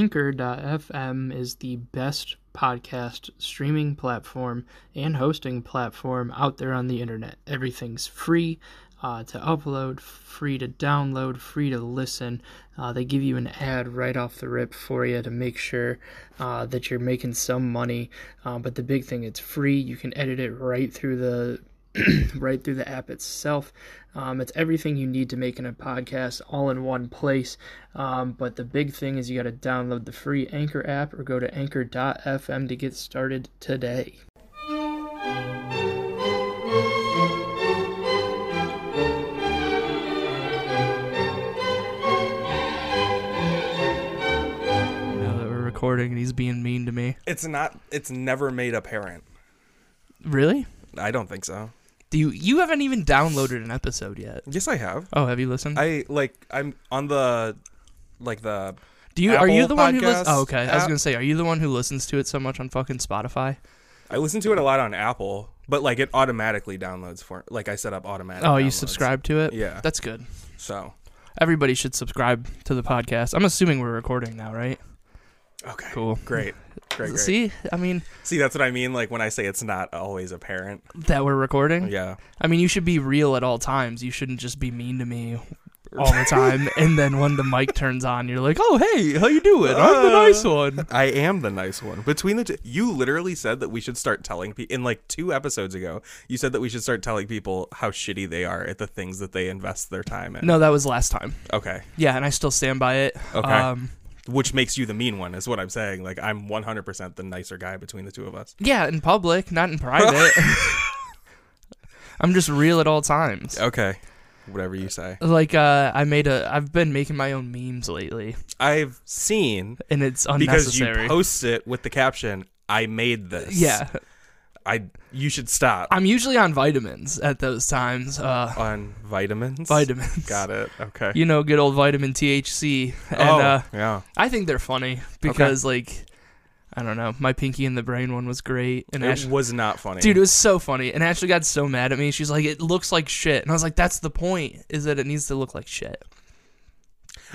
Anchor.fm is the best podcast streaming platform and hosting platform out there on the internet. Everything's free uh, to upload, free to download, free to listen. Uh, they give you an ad right off the rip for you to make sure uh, that you're making some money. Uh, but the big thing, it's free. You can edit it right through the right through the app itself. Um, it's everything you need to make in a podcast all in one place. Um, but the big thing is you got to download the free Anchor app or go to anchor.fm to get started today. Now that we're recording and he's being mean to me. It's not. It's never made apparent. Really? I don't think so. Do you you haven't even downloaded an episode yet? Yes, I have. Oh, have you listened? I like. I'm on the, like the. Do you are you the Apple one who lis- Podcasts Oh, okay. I was app. gonna say, are you the one who listens to it so much on fucking Spotify? I listen to it a lot on Apple, but like it automatically downloads for. Like I set up automatic. Oh, you downloads. subscribe to it. Yeah. that's good. So Everybody should subscribe to the podcast. I'm assuming we're recording now, right? okay. Cool. Great. Great. Great. See? See, I mean that's what I mean. Like when I say it's not always apparent. that we're recording. Yeah. I mean, you should be real at all times. You shouldn't just be mean to me all the time. and then when the mic turns on, you're like, "Oh, hey, how you doing? I'm the Uh. nice one." I am the nice one. Between the two, you literally said that we should start telling people in like two episodes ago. You said that we should start telling people how shitty they are at the things that they invest their time in. No, that was last time. Okay. Yeah, and I still stand by it. Okay. Um, which makes you the mean one is what i'm saying like i'm 100% the nicer guy between the two of us Yeah, in public, not in private. I'm just real at all times. okay whatever you say Like uh, I made a, I've been making my own memes lately, i've seen and it's because you unnecessary. post it with the caption i made this yeah, i you should stop I'm usually on vitamins at those times. Uh, on vitamins vitamins. got it okay You know, good old vitamin THC, and oh uh, yeah I think they're funny because like, I don't know, my Pinky in the Brain one was great, and it Ash- was not funny Dude, it was so funny. And Ashley got so mad at me. She's like, it looks like shit. And I was like, that's the point, is that it needs to look like shit.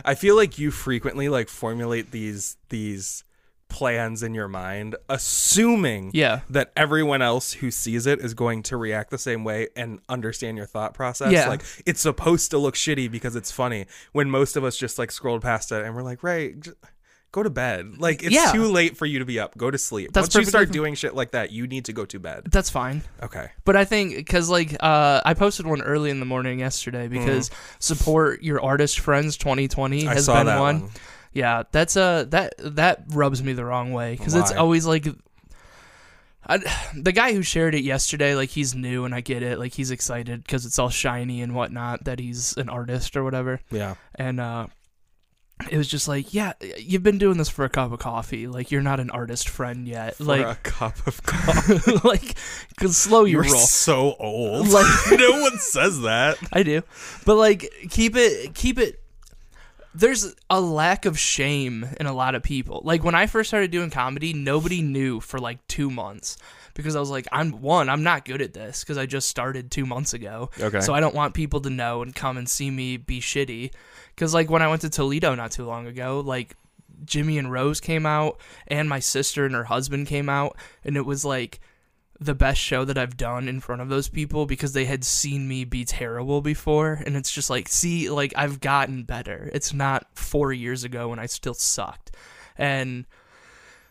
i feel like you frequently like formulate these these plans in your mind assuming Yeah. that everyone else who sees it is going to react the same way and understand your thought process. Yeah. Like it's supposed to look shitty because it's funny when most of us just like scrolled past it and we're like, right, j- go to bed. Like it's Yeah. too late for you to be up. Go to sleep. That's Once you perfectly start fine. doing shit like that, you need to go to bed. That's fine. Okay. But I think because like uh, I posted one early in the morning yesterday because support your artist friends 2020 Mm-hmm. I has saw been that one. one. Yeah, that's uh that that rubs me the wrong way because it's Why? always like. I, the guy who shared it yesterday, like he's new and I get it, like he's excited because it's all shiny and whatnot that he's an artist or whatever. Yeah. and uh it was just like yeah you've been doing this for a cup of coffee like you're not an artist friend yet for a like cup of coffee. like 'cause slow your You're roll so old. Like- no one says that. i do but like keep it keep it there's a lack of shame in a lot of people like when i first started doing comedy nobody knew for like two months because i was like i'm one i'm not good at this because i just started two months ago Okay. so i don't want people to know and come and see me be shitty because like when i went to toledo not too long ago like Jimmy and Rose came out, and my sister and her husband came out, and it was like the best show that I've done in front of those people because they had seen me be terrible before, and it's just like, see, like I've gotten better. It's not four years ago when I still sucked, and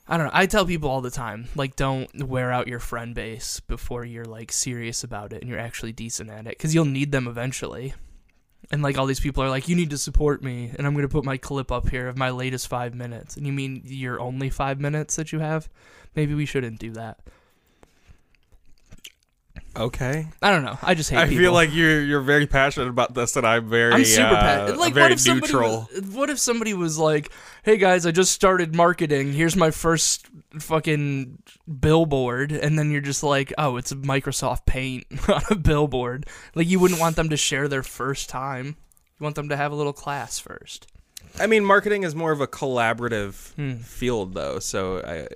I don't know. I tell people all the time, like, don't wear out your friend base before you're like serious about it and you're actually decent at it because you'll need them eventually. And like all these people are like, you need to support me, and I'm gonna put my clip up here of my latest five minutes. And you mean your only five minutes that you have? Maybe we shouldn't do that. Okay. I don't know. I just hate. I people. feel like you're you're very passionate about this, and I'm very I'm super uh, pet. Like, very what if somebody neutral. was- what if somebody was like, "Hey guys, I just started marketing. Here's my first fucking billboard," and then you're just like, "Oh, it's a Microsoft Paint on a billboard." Like, you wouldn't want them to share their first time. You want them to have a little class first. I mean, marketing Hmm. is more of a collaborative field, though. So I,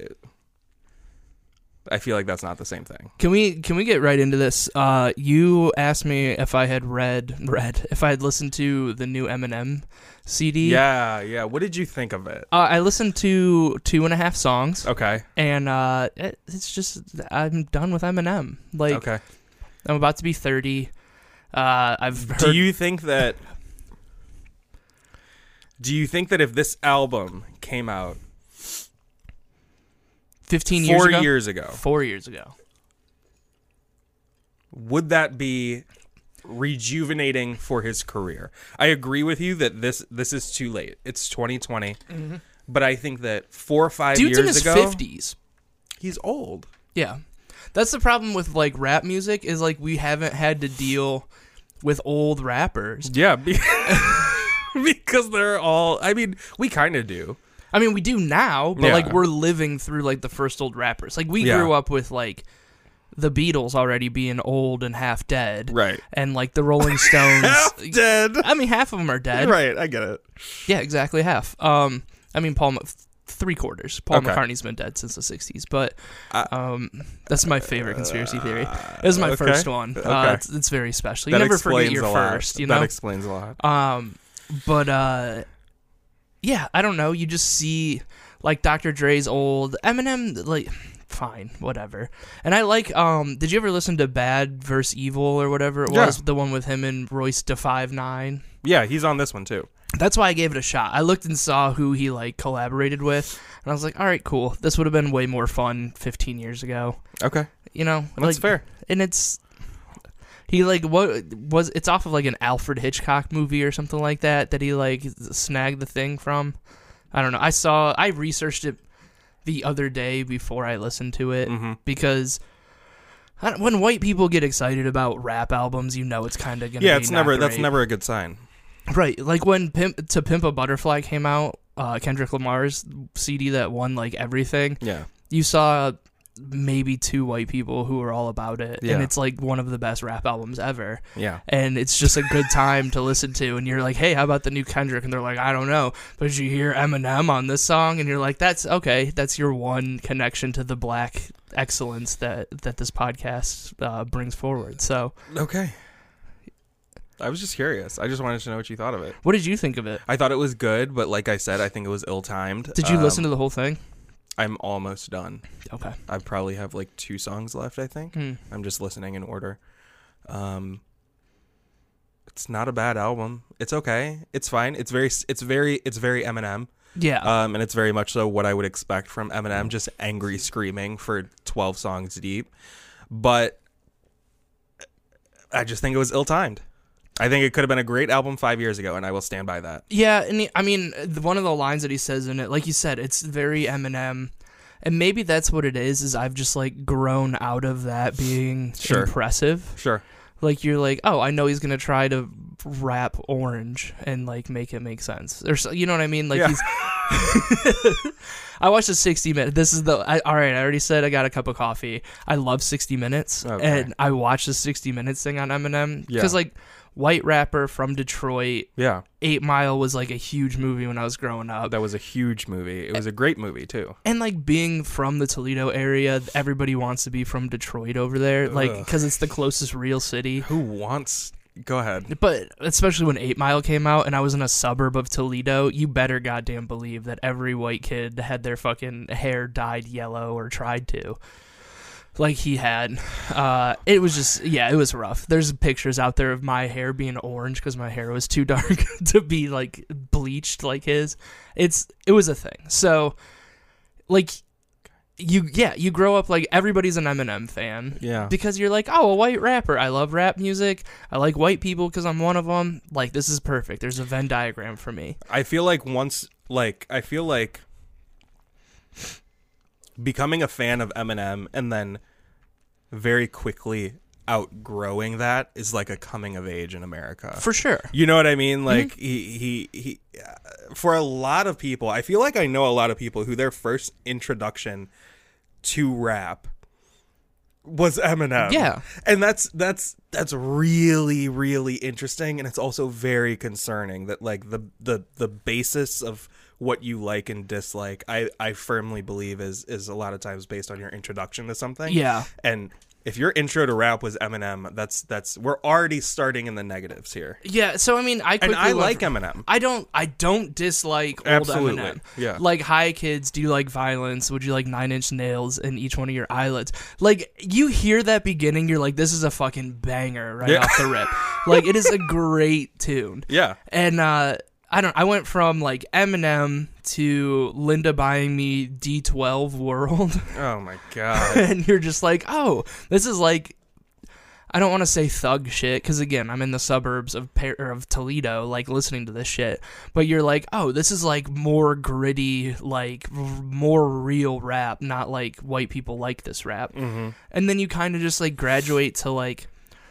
I feel like that's not the same thing. Can we can we get right into this? Uh, you asked me if I had read read if I had listened to the new Eminem CD. Yeah, yeah. What did you think of it? Uh, I listened to two and a half songs, Okay. and uh, it, it's just I'm done with Eminem. Like okay. I'm about to be thirty. Uh, I've heard Do you think that Do you think that if this album came out fifteen years four ago. years ago, Four years ago. would that be rejuvenating for his career? I agree with you that this this is too late. It's 2020. But I think that four or five Mm-hmm. Dude's years in his ago, fifties. he's old. Yeah. That's the problem with like rap music is like we haven't had to deal with old rappers. Yeah, be- because they're all. I mean, we kind of do. I mean, we do now, but Yeah. like we're living through like the first old rappers. Like we Yeah. grew up with like the Beatles already being old and half dead. Right. And like the Rolling Stones. dead. I mean, half of them are dead. Right, I get it. Yeah, exactly half. Um, I mean, Paul, Mc- three quarters. Paul Okay. McCartney's been dead since the '60s, but I- Uh, um, that's my favorite conspiracy theory. It was my okay. first one. Uh, Okay. it's, it's very special. You That never explains forget your a lot. first. You That know. explains a lot. um, but uh, yeah, I don't know. You just see like Dr. Dre's old Eminem, like fine, whatever. And I like. Um, did you ever listen to Bad vs Evil or whatever it Yeah. was? The one with him and Royce to five nine. Yeah, he's on this one too. That's why I gave it a shot. I looked and saw who he like collaborated with, and I was like, "All right, cool. This would have been way more fun 15 years ago." Okay, You know, that's like, fair. And it's he like what was it's off of like an Alfred Hitchcock movie or something like that that he like snagged the thing from. I don't know. I saw I researched it the other day before I listened to it hmm because. I don't- When white people get excited about rap albums, you know it's kind of gonna Yeah, be it's not never that's great. never a good sign. Right, like when Pimp to Pimp a Butterfly came out, uh, Kendrick Lamar's CD that won like everything. Yeah, You saw maybe two white people who were all about it, Yeah. and it's like one of the best rap albums ever. yeah. And it's just a good time to listen to. And you're like, hey, how about the new Kendrick? And they're like, I don't know, but you hear Eminem on this song, and you're like, that's okay. That's your one connection to the black excellence that that this podcast uh, brings forward. So, Okay. I was just curious. I just wanted to know what you thought of it. what did you think of it? I thought it was good, but like I said, I think it was ill timed. Did you listen to the whole thing? I'm almost done. Okay. I probably have like two songs left. I think. Hmm. I'm just listening in order. Um, it's not a bad album. It's okay. It's fine. It's very. It's very. It's very Eminem. Yeah. Um, and it's very much so what I would expect from Eminem, just angry screaming for 12 songs deep. But I just think it was ill timed. I think it could have been a great album five years ago, and I will stand by that. Yeah, and he- I mean, the- one of the lines that he says in it, like you said, it's very Eminem, and maybe that's what it is. Is I've just like grown out of that being Sure. impressive. Sure. Like you're like, oh, I know he's gonna try to rap orange and like make it make sense, or so, you know what I mean? Like Yeah. he's. I watched a 60 minute. This is the I, all right. I already said I got a cup of coffee. I love 60 minutes, Okay. and I watched the 60 minutes thing on Eminem Yeah. because like white rapper from Detroit Yeah. Eight Mile was like a huge movie when I was growing up. Uh, That was a huge movie. It was a great movie, too. And like being from the Toledo area, everybody wants to be from Detroit over there, like Ugh. because it's the closest real city. Who wants. Go ahead. But especially when Eight Mile came out, and I was in a suburb of Toledo, you better goddamn believe that every white kid had their fucking hair dyed yellow or tried to, like he had. Uh, it was just yeah, it was rough. There's pictures out there of my hair being orange because my hair was too dark to be like bleached like his. It's it was a thing. So, like. You yeah, you grow up like everybody's an Eminem fan Yeah. because you're like, oh, a white rapper. I love rap music. I like white people because I'm one of them. Like, this is perfect. There's a Venn diagram for me. I feel like once, like, I feel like becoming a fan of Eminem and then very quickly outgrowing that is like a coming of age in America. For sure. You know what I mean? Mm-hmm. Like he he he. Uh, for a lot of people, I feel like I know a lot of people who their first introduction to rap was Eminem. Yeah. and that's that's that's really really interesting, and it's also very concerning that like the the the basis of what you like and dislike, I I firmly believe is is a lot of times based on your introduction to something. Yeah. And if your intro to rap was Eminem, that's that's we're already starting in the negatives here. Yeah, so I mean, I And quickly I went like from- Eminem. I don't. I don't dislike old Absolutely, Eminem. yeah. Like, hi kids, do you like violence? Would you like Nine Inch Nails and each one of your eyelids? Like, you hear that beginning, you're like, this is a fucking banger right Yeah. off the rip. like, it is a great tune. Yeah. And uh, I don't. I went from like Eminem to Linda buying me D12 World, Oh my god. and you're just like, oh, this is like. I don't want to say thug shit because again, I'm in the suburbs of Pa- or of Toledo, like listening to this shit. But you're like, oh, this is like more gritty, like r- more real rap, not like white people like this rap. Mm-hmm. And then you kind of just like graduate to like,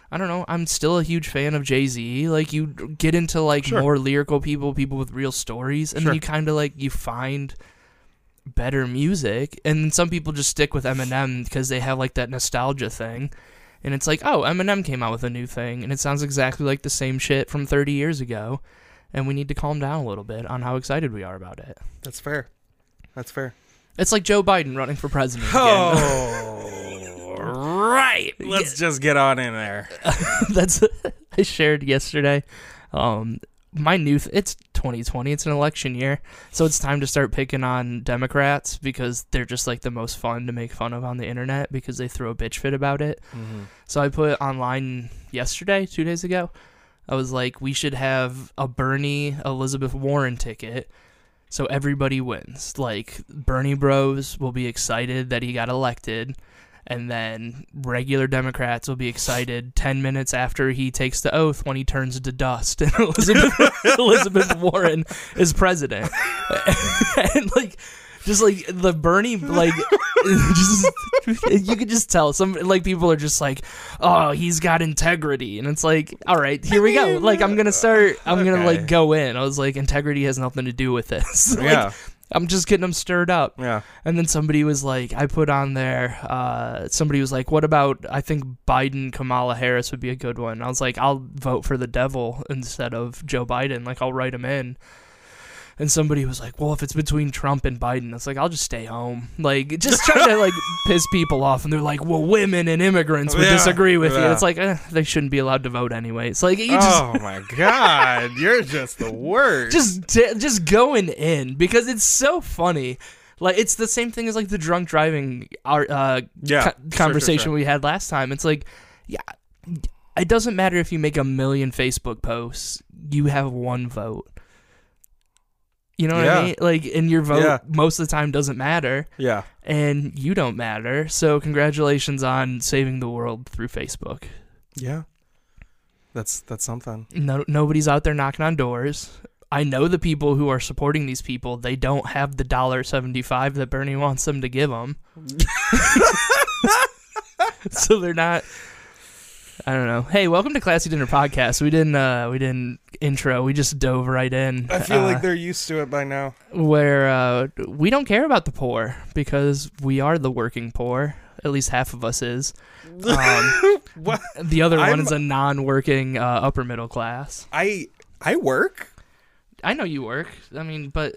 I don't know. I'm still a huge fan of Jay Z. Like you d- get into like Sure. more lyrical people, people with real stories, and Sure. then you kind of like you find better music. And then some people just stick with Eminem because they have like that nostalgia thing. And it's like, oh, Eminem came out with a new thing, and it sounds exactly like the same shit from 30 years ago. And we need to calm down a little bit on how excited we are about it. That's fair. That's fair. It's like Joe Biden running for president. Again. Oh, right. Let's just get on in there. That's I shared yesterday. Um, my new th- it's 2020. It's an election year, so it's time to start picking on Democrats because they're just like the most fun to make fun of on the internet because they throw a bitch fit about it. Mm-hmm. So I put online yesterday, two days ago. I was like, we should have a Bernie Elizabeth Warren ticket. So everybody wins. Like Bernie Bros will be excited that he got elected, and then regular Democrats will be excited ten minutes after he takes the oath when he turns to dust and Elizabeth Elizabeth Warren is president. and like just like the Bernie like just, you could just tell some like people are just like oh he's got integrity and it's like all right here we go like I'm gonna start I'm gonna Okay. like go in I was like integrity has nothing to do with this Like, Yeah. I'm just getting them stirred up Yeah. and then somebody was like I put on there uh somebody was like what about I think Biden Kamala Harris would be a good one I was like I'll vote for the devil instead of Joe Biden like I'll write him in and somebody was like, "Well, if it's between Trump and Biden, it's like I'll just stay home." Like just trying to like piss people off, and they're like, "Well, women and immigrants would Yeah, disagree with you." yeah. It's like eh, they shouldn't be allowed to vote anyway. It's like you just oh my god, you're just the worst. just t- just going in because it's so funny. Like it's the same thing as like the drunk driving our uh, co- Yeah, sure, sure, conversation sure. we had last time. It's like, yeah, it doesn't matter if you make a million Facebook posts, you have one vote. You know what Yeah. I mean? Like, and your vote Yeah. most of the time doesn't matter, yeah. and you don't matter. So congratulations on saving the world through Facebook. Yeah. That's that's something. no, nobody's out there knocking on doors. I know the people who are supporting these people. They don't have the dollar seventy five that Bernie wants them to give them, so they're not. I don't know. Hey, welcome to Classy Dinner Podcast. We didn't uh, we didn't intro. We just dove right in. I feel uh, like they're used to it by now. where uh, we don't care about the poor because we are the working poor. At least half of us is. Um, What? The other one I'm- is a non-working uh, upper middle class. I I work. I know you work. I mean, but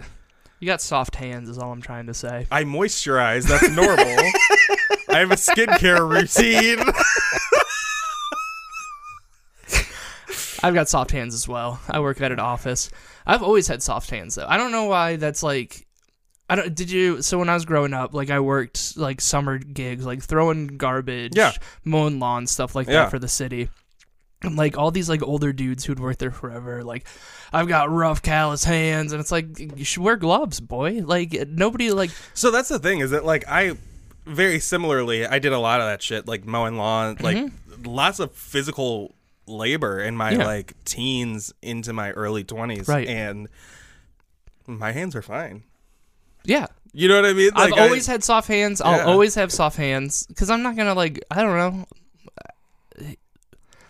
you got soft hands is all I'm trying to say. I moisturize. That's normal. I have a skincare routine. I've got soft hands as well. I work at an office. I've always had soft hands though. I don't know why that's like I don't did you so when I was growing up, like I worked like summer gigs, like throwing garbage, Yeah. mowing lawns, stuff like Yeah. that for the city. And like all these like older dudes who'd worked there forever, like I've got rough callous hands, and it's like you should wear gloves, boy. Like nobody like So that's the thing is that like I very similarly I did a lot of that shit like mowing lawn like lots of physical labor in my Mm-hmm. Yeah. like teens into my early 20s Right. and my hands are fine. yeah, You know what I mean? I've always had soft hands. Yeah. I'll always have soft hands because I'm not gonna like. I don't know.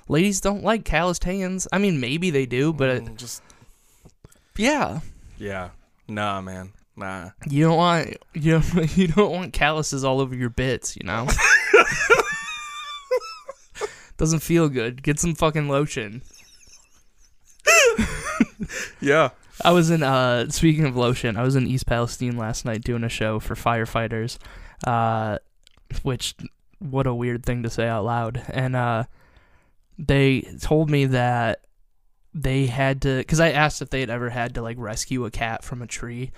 Ladies don't like calloused hands. I mean, maybe they do, but uh, just yeah, yeah. Nah, man. Nah. you don't want you don't, you don't want calluses all over your bits. You know, doesn't feel good. Get some fucking lotion. Yeah. I was in uh speaking of lotion, I was in East Palestine last night doing a show for firefighters. Uh which what a weird thing to say out loud. And uh they told me that they had to cuz I asked if they had ever had to like rescue a cat from a tree.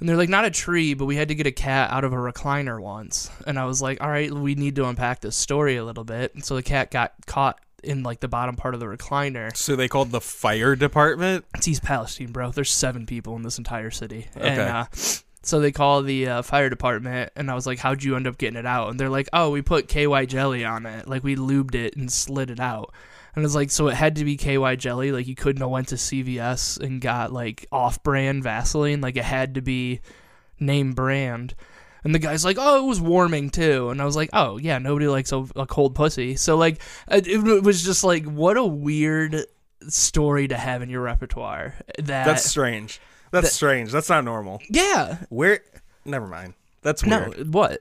And they're like not a tree, but we had to get a cat out of a recliner once. And I was like, "All right, we need to unpack this story a little bit." And so the cat got caught in like the bottom part of the recliner So they called the fire department. it's East Palestine, bro. There's seven people in this entire city. And, Okay. uh, so they call the uh, fire department, and I was like, "How'd you end up getting it out?" And they're like, "Oh, we put KY jelly on it. Like we lubed it and slid it out." And it's like, so it had to be KY jelly. Like you couldn't have went to CVS and got like off-brand Vaseline. Like it had to be name brand. And the guy's like, "Oh, it was warming too." And I was like, "Oh yeah, nobody likes a, a cold pussy." So like, it, it was just like, what a weird story to have in your repertoire. That That's strange. That's that- strange. That's not normal. yeah. Where? Never mind. That's No, weird. what?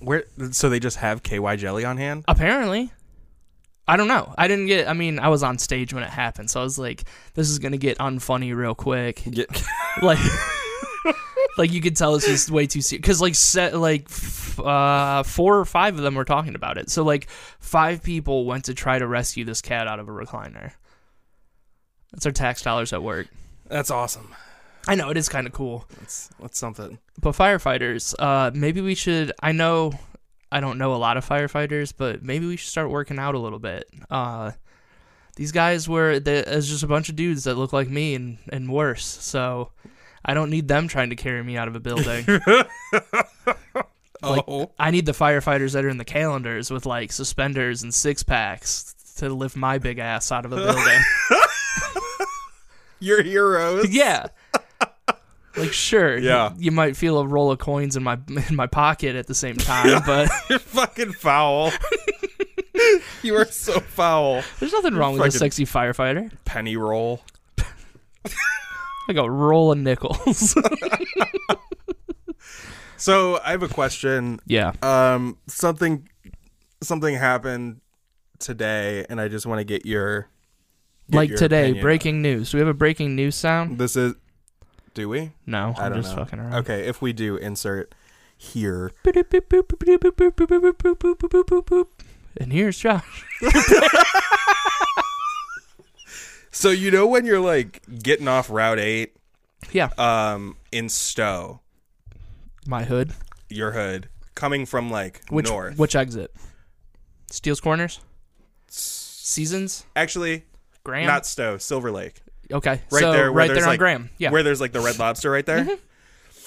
Where? So they just have KY jelly on hand. Apparently, I don't know. I didn't get. I mean, I was on stage when it happened, so I was like, "This is gonna get unfunny real quick." like like you could tell this is way too serious because like set like f- uh four or five of them were talking about it so like five people went to try to rescue this cat out of a recliner that's our tax dollars at work That's awesome. i know it is kind of cool That's that's something. but firefighters uh maybe we should i know i don't know a lot of firefighters but maybe we should start working out a little bit uh these guys were they- it's just a bunch of dudes that look like me and and worse so i don't need them trying to carry me out of a building Like- oh, I need the firefighters that are in the calendars with like suspenders and six packs to lift my big ass out of a building. your heroes. yeah. Like sure, you- Yeah. you, might feel a roll of coins in my in my pocket at the same time, but You're fucking foul. you are so foul. there's nothing wrong with a Fucking- sexy firefighter. Penny roll. I go roll of nickels. So I have a question. yeah. Um, something, something happened today, and I just want to get your get Like your today, opinion. breaking news. Do we have a breaking news sound? This is. Do we? No, I I'm don't just know. fucking around. Okay, if we do, insert here. And here's Josh. So you know when you're like getting off Route Eight, Yeah, um, in Stowe, my hood. your hood, coming from like Which north. which exit? Steel's Corners. Seasons. Actually, Graham. not Stowe, Silver Lake, okay. right so, there, where right there's there on like- Graham. Yeah. Mm-hmm. where there's like the Red Lobster right there.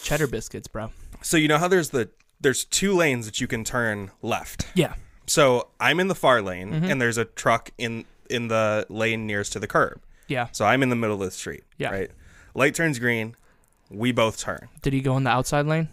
Cheddar biscuits, bro. So you know how there's the there's two lanes that you can turn left. Yeah. So I'm in the far lane, Mm-hmm. and there's a truck in in the lane nearest to the curb. Yeah. So I'm in the middle of the street. Yeah. Right. Light turns green. We both turn. Did he go in the outside lane?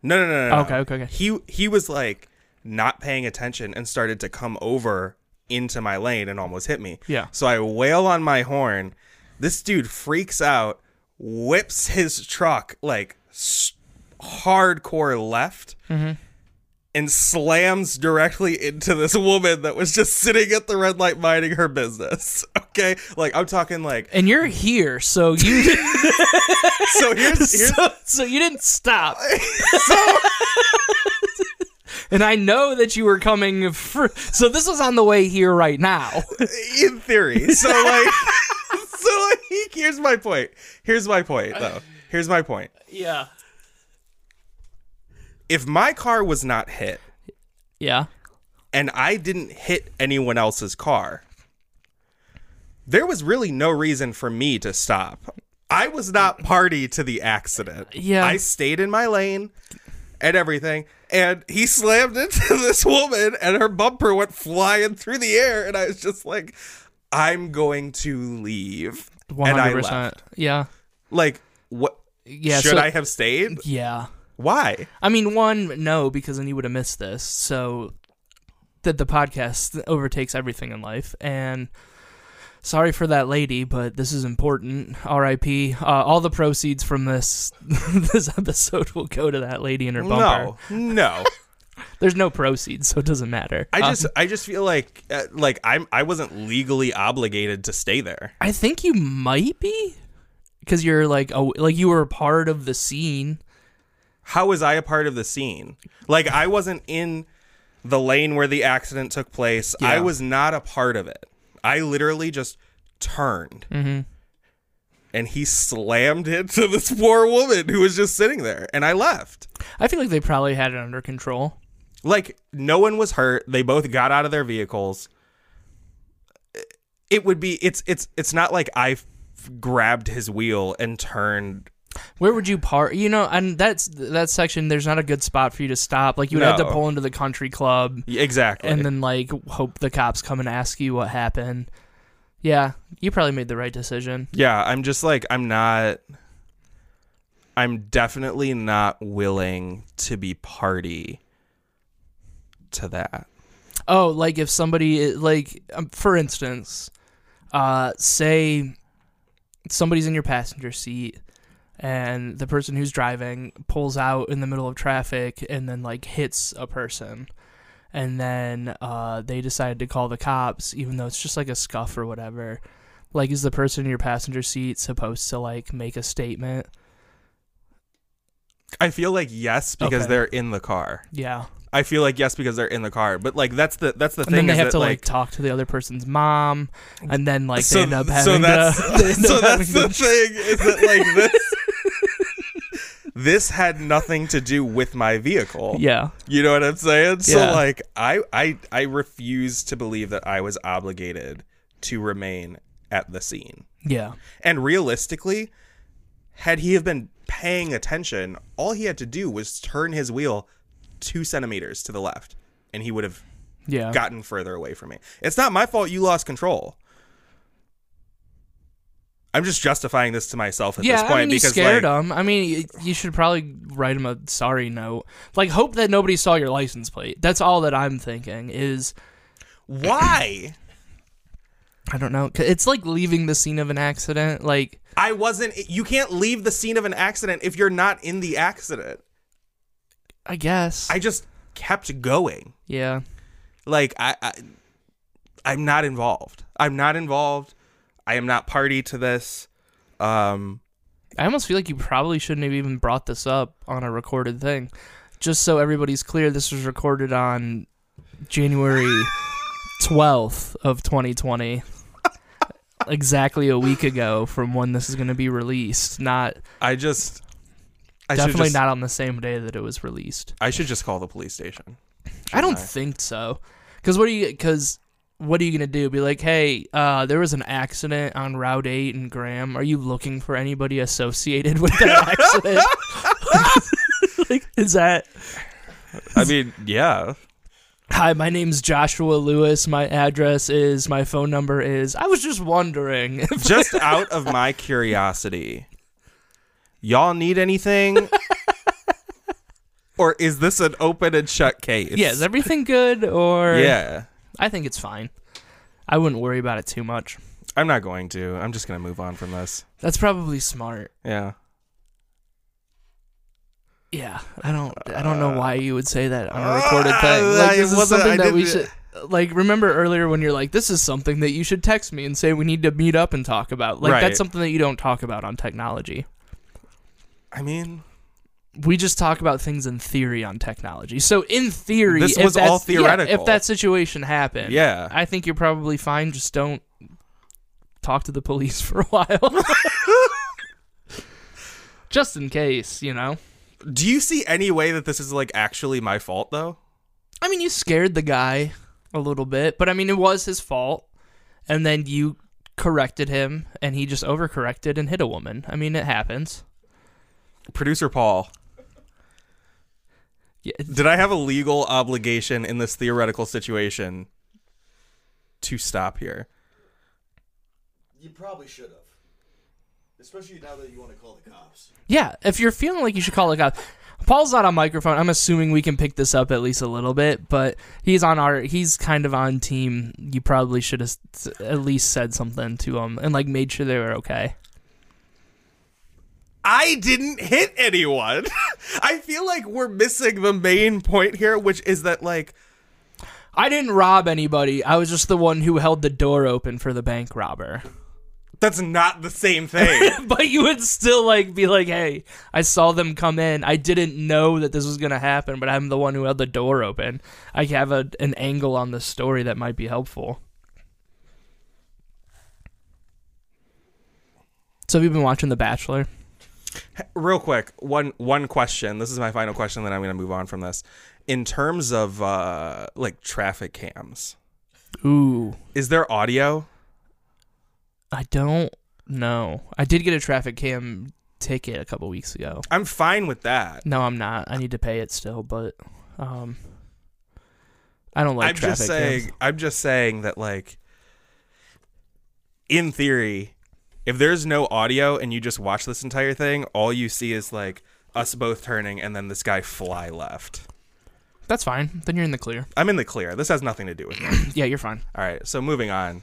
No, no, no, no. no. Okay, okay, okay. He he was like not paying attention and started to come over into my lane and almost hit me. Yeah. So I wail on my horn. This dude freaks out, whips his truck like s- hardcore left. And slams directly into this woman that was just sitting at the red light minding her business. Okay, like I'm talking like And you're here, so you so. Here's here's so, so you didn't stop. and I know that you were coming. Fr- so this was on the way here right now. in theory. So like, so like, here's my point. Here's my point though. Here's my point. yeah. If my car was not hit Yeah. and I didn't hit anyone else's car, there was really no reason for me to stop. I was not party to the accident. Yeah. I stayed in my lane and everything. And he slammed into this woman and her bumper went flying through the air and I was just like I'm going to leave. One And I hundred left. percent. Yeah. Like, what? Yeah. should so- I have stayed? Yeah. Why? I mean, one, no, because then you would have missed this. So that the podcast overtakes everything in life. And sorry for that lady, but this is important. R.I.P. Uh, all the proceeds from this this episode will go to that lady and her bumper. No, no. There's no proceeds, so it doesn't matter. I Um, just I just feel like uh, like I'm I wasn't legally obligated to stay there. I think you might be, because you're like oh, like you were a part of the scene. How was I a part of the scene? Like I wasn't in the lane where the accident took place. I Yeah. was not a part of it. I literally just turned. Mm-hmm. And he slammed into this poor woman who was just sitting there and I left. I feel like they probably had it under control. Like no one was hurt. They both got out of their vehicles. It would be it's it's it's not like I f- grabbed his wheel and turned Where would you park? You know, and that's that section. There's not a good spot for you to stop. Like you would have to No. pull into the country club, Y- Exactly. and then like hope the cops come and ask you what happened. Yeah, you probably made the right decision. yeah, I'm just like I'm not I'm definitely not willing to be party to that. Oh, like if somebody like um, for instance, uh say somebody's in your passenger seat and the person who's driving pulls out in the middle of traffic and then like hits a person and then uh they decide to call the cops even though it's just like a scuff or whatever. Like is the person in your passenger seat supposed to like make a statement? I feel like yes because Okay. they're in the car. Yeah. I feel like yes because they're in the car. But like that's the that's the And thing then they is have that, to like, like talk to the other person's mom, and then like they end up having so to- that's, they end so up that's having the to- thing is that like this this had nothing to do with my vehicle yeah. you know what i'm saying so Yeah. like I, I i refuse to believe that i was obligated to remain at the scene Yeah. and realistically had he have been paying attention all he had to do was turn his wheel two centimeters to the left and he would have Yeah. gotten further away from me. It's not my fault you lost control. I'm just justifying this to myself at yeah, this point I mean, you because scared like, him. I mean, y- you should probably write him a sorry note. Like, hope that nobody saw your license plate. That's all that I'm thinking is, why? I don't know. 'Cause It's like leaving the scene of an accident. Like, I wasn't you can't leave the scene of an accident if you're not in the accident. I guess. I just kept going. yeah. Like I, I I'm not involved. I'm not involved. I am not party to this. Um I almost feel like you probably shouldn't have even brought this up on a recorded thing. Just so everybody's clear, this was recorded on January 12th of 2020. Exactly a week ago from when this is going to be released. Not I just I should definitely just, not on the same day that it was released. I should just call the police station. I don't think so. Because what are you? Because what are you gonna do? Be like, hey, uh, there was an accident on Route Eight in Graham. Are you looking for anybody associated with that accident? like, is that? I mean, yeah. Hi, my name's Joshua Lewis. My address is. My phone number is. I was just wondering. if- just out of my curiosity, y'all need anything? or is this an open and shut case? yeah, is everything good? Or Yeah. I think it's fine. I wouldn't worry about it too much. I'm not going to. I'm just going to move on from this. That's probably smart. Yeah. Yeah, I don't. I don't know why you would say that on a recorded thing. Uh, Like I- this it is wasn't- something I that we should. didn't- Like remember earlier when you're like, this is something that you should text me and say we need to meet up and talk about. Like Right. that's something that you don't talk about on technology. I mean, We just talk about things in theory on technology. So in theory, This if was all that's- yeah, theoretical. if that situation happened, Yeah. I think you're probably fine. Just don't talk to the police for a while. just in case, you know. do you see any way that this is like actually my fault though? I mean, you scared the guy a little bit, but I mean, it was his fault. And then you corrected him, and he just overcorrected and hit a woman. I mean, it happens. Producer Paul, Yeah, did I have a legal obligation in this theoretical situation to stop here? You probably should have. Especially now that you want to call the cops. yeah. If you're feeling like you should call the cops, Paul's not on microphone. I'm assuming we can pick this up at least a little bit, but he's on our. He's kind of on team. You probably should have s- at least said something to him and like made sure they were okay. I didn't hit anyone. I feel like we're missing the main point here, which is that like I didn't rob anybody. I was just the one who held the door open for the bank robber. that's not the same thing. But you would still like be like, "Hey, I saw them come in. I didn't know that this was going to happen, but I'm the one who held the door open. I have a, an angle on this story that might be helpful." So have you been watching The Bachelor? Real quick, one one question. This is my final question. Then I'm gonna move on from this. In terms of uh like traffic cams, Ooh, is there audio? I don't know. I did get a traffic cam ticket a couple weeks ago. I'm fine with that. No, I'm not. I need to pay it still, but um, I don't like I'm traffic. just saying. cams. I'm just saying that like, in theory, if there's no audio and you just watch this entire thing, all you see is like us both turning and then this guy fly left. that's fine. Then you're in the clear. I'm in the clear. This has nothing to do with me. Yeah, you're fine. All right. So moving on.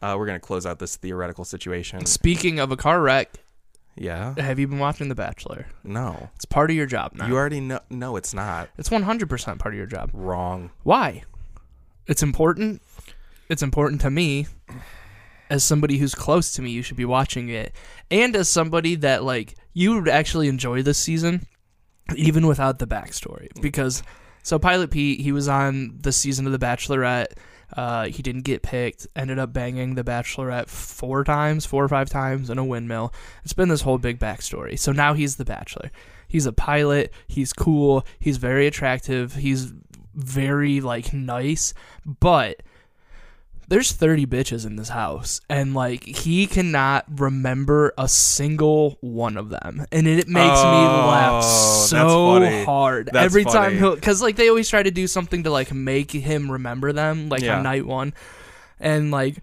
Uh, we're gonna close out this theoretical situation. Speaking of a car wreck, Yeah. have you been watching The Bachelor? No. It's part of your job now. You already know. No, it's not it's 100% part of your job. wrong. Why? It's important. It's important to me. As somebody who's close to me, you should be watching it. And as somebody that, like, you would actually enjoy this season, even without the backstory. Because, so Pilot Pete, he was on the season of The Bachelorette. Uh, he didn't get picked, ended up banging The Bachelorette four times, four or five times in a windmill. It's been this whole big backstory. So now he's The Bachelor. He's a pilot. He's cool. He's very attractive. He's very like nice, but there's 30 bitches in this house and like he cannot remember a single one of them and it makes me Oh, laugh that's so funny. hard That's every time funny. he'll cuz like they always try to do something to like make him remember them like Yeah. on night 1 and like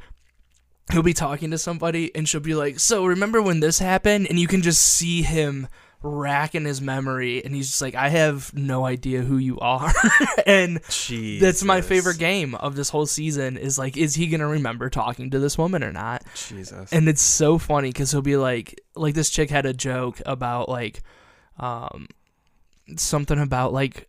he'll be talking to somebody and she'll be like, "So remember when this happened?" And you can just see him racking his memory, and he's just like, "I have no idea who you are." and Jeez. that's my favorite game of this whole season is like, is he gonna remember talking to this woman or not? Jesus. And it's so funny because he'll be like, like this chick had a joke about like, um, something about like,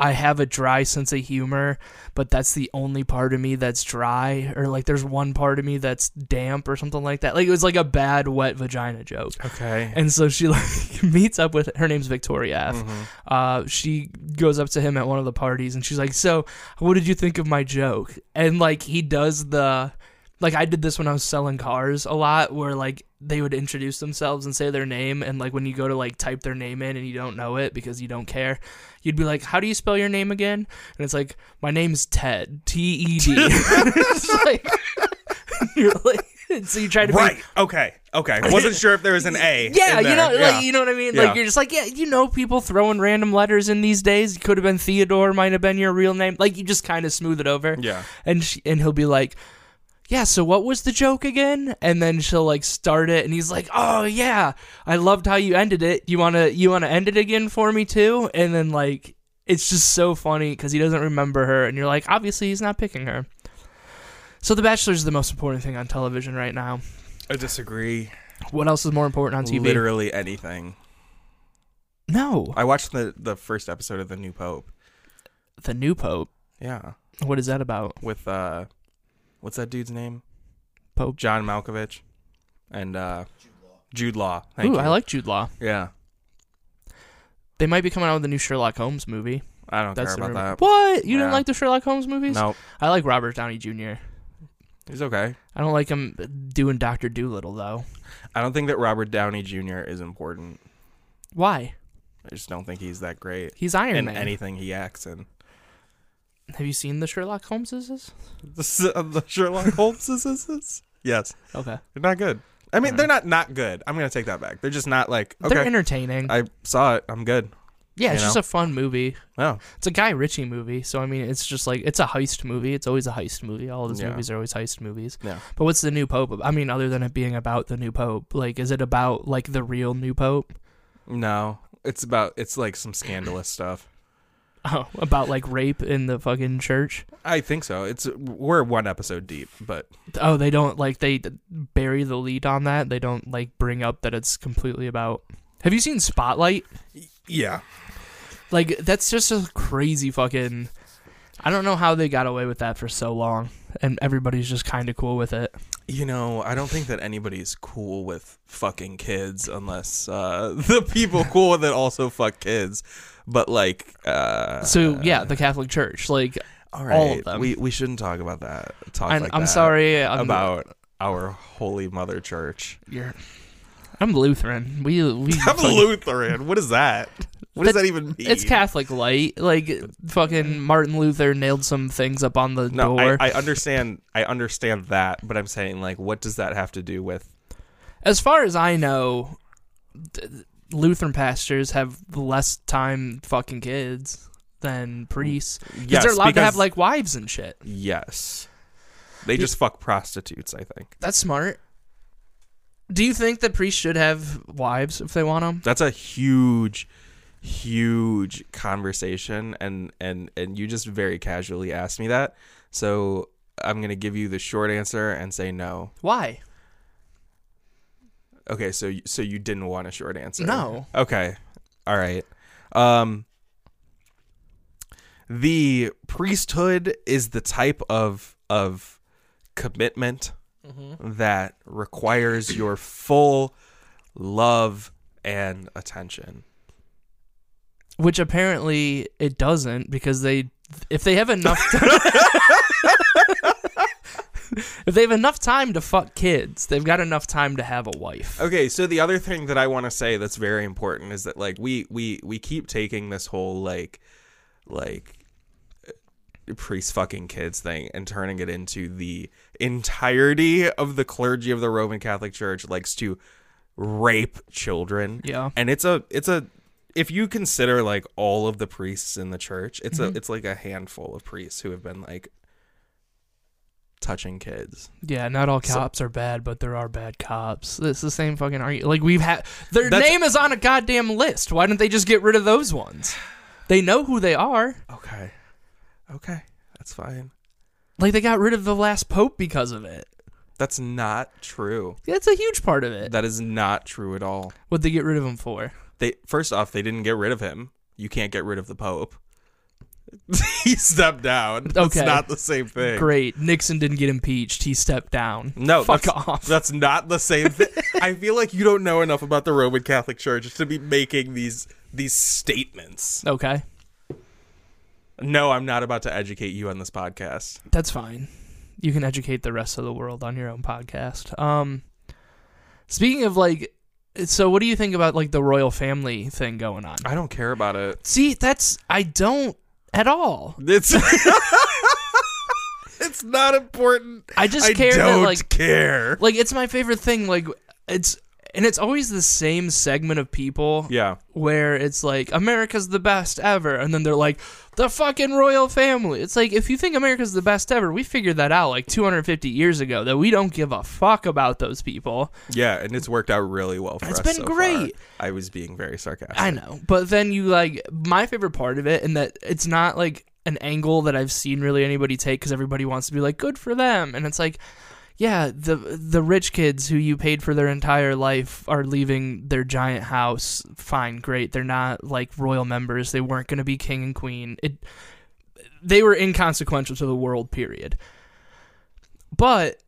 I have a dry sense of humor, but that's the only part of me that's dry, or like there's one part of me that's damp or something like that. Like it was like a bad wet vagina joke. okay. And so she like meets up with her name's Victoria F. Uh, she goes up to him at one of the parties and she's like, "So, what did you think of my joke?" And like he does the like I did this when I was selling cars a lot where like they would introduce themselves and say their name and like when you go to like type their name in and you don't know it because you don't care, you'd be like, "How do you spell your name again?" And it's like, "My name's Ted, T E D." It's like you're like so you try to be Right. Okay. Okay. Wasn't sure if there was an A. yeah, in you know, there. Yeah. like you know what I mean. Yeah. Like you're just like, yeah, you know, people throwing random letters in these days. It could have been Theodore, might have been your real name. Like you just kind of smooth it over. Yeah. And she, and he'll be like, yeah. So what was the joke again? And then she'll like start it, and he's like, oh yeah, I loved how you ended it. You wanna you wanna end it again for me too? And then like it's just so funny because he doesn't remember her, and you're like, obviously he's not picking her. So The Bachelor is the most important thing on television right now. I disagree. What else is more important on TV? Literally anything. No, I watched the the first episode of the new Pope. the new pope. Yeah. What is that about? With uh, what's that dude's name? Pope. John Malkovich, and uh, Jude Law. Jude Law. Thank Ooh, you. I like Jude Law. Yeah. They might be coming out with a new Sherlock Holmes movie. I don't That's care the about rumor. that. What? You didn't Yeah. like the Sherlock Holmes movies? Nope. I like Robert Downey Jr. He's okay. I don't like him doing Doctor Doolittle though. I don't think that Robert Downey Jr. is important. Why? I just don't think he's that great He's Iron in Man. anything he acts in. Have you seen the Sherlock Holmeses? The, uh, the Sherlock Holmes is this? Yes, Okay. they're not good. I mean, they're not not good. I'm gonna take that back. They're just not like They're okay. entertaining. I saw it. I'm good. yeah, it's you just a fun movie. Oh, It's a Guy Ritchie movie, so I mean, it's just like it's a heist movie. It's always a heist movie. All of his Yeah. movies are always heist movies. yeah. But what's the new pope? ab- I mean, other than it being about the new pope, like is it about like the real new pope? No, it's about it's like some scandalous stuff. Oh, about like rape in the fucking church. I think so. It's we're one episode deep, but Oh, they don't like they d- bury the lead on that. They don't like bring up that it's completely about Have you seen Spotlight? Yeah. Like that's just a crazy fucking. I don't know how they got away with that for so long, and everybody's just kind of cool with it. You know, I don't think that anybody's cool with fucking kids unless uh, the people cool with it also fuck kids. But like, uh, So yeah, the Catholic Church, like all right, all of them. we we shouldn't talk about that. Talk I, like I'm that sorry I'm, about our Holy Mother Church. You're, I'm Lutheran. We we. I'm fucking- Lutheran. What is that? What does That- that even mean? It's Catholic light. Like fucking Martin Luther nailed some things up on the Mm. No, door. I, I understand. I understand that, but I'm saying like, what does that have to do with? as far as I know, th- Lutheran pastors have less time fucking kids than priests. Because Yes, they're allowed to have because- like wives and shit. Yes, they just fuck prostitutes. I think That's smart. Do you think that priests should have wives if they want them? that's a huge, huge conversation, and and and you just very casually asked me that, so I'm gonna give you the short answer and say no. Why? Okay, so you- so you didn't want a short answer. No. Okay. All right. Um the priesthood is the type of of commitment that requires your full love and attention. Which apparently it doesn't because they if they have enough if they have enough time to fuck kids, they've got enough time to have a wife. Okay, so the other thing that I want to say that's very important is that like we we we keep taking this whole like like uh, priest fucking kids thing and turning it into the entirety of the clergy of the Roman Catholic Church likes to rape children. Yeah. And it's a it's a if you consider like all of the priests in the church, it's a it's like a handful of priests who have been like touching kids. Yeah, not all So- cops are bad, but there are bad cops. It's the same fucking argument. Like we've had their That's- name is on a goddamn list. Why didn't they just get rid of those ones? They know who they are. Okay. Okay. That's fine. Like they got rid of the last pope because of it. That's not true. That's a huge part of it. That is not true at all. What'd they get rid of him for? They first off, they didn't get rid of him. You can't get rid of the Pope. he stepped down. That's Okay. not the same thing. Great. Nixon didn't get impeached. He stepped down. No, fuck that's, off. That's not the same thing. I feel like you don't know enough about the Roman Catholic Church to be making these these statements. okay, No, I'm not about to educate you on this podcast. that's fine. You can educate the rest of the world on your own podcast. Um, speaking of like, so what do you think about like the royal family thing going on? I don't care about it. See, that's I don't at all. It's It's not important. I just I care that, don't like- care. Like it's my favorite thing. Like it's and it's always the same segment of people Yeah. where it's like America's the best ever, and then they're like the fucking royal family. It's like if you think America's the best ever, we figured that out like 250 years ago that we don't give a fuck about those people. Yeah, and it's worked out really well for It's us. been so great. far. I was being very sarcastic. I know, but then you like my favorite part of it, and that it's not like an angle that I've seen really anybody take because everybody wants to be like good for them, and it's like. Yeah, the the rich kids who you paid for their entire life are leaving their giant house. Fine, great. They're not like royal members. They weren't going to be king and queen. It they were inconsequential to the world period. But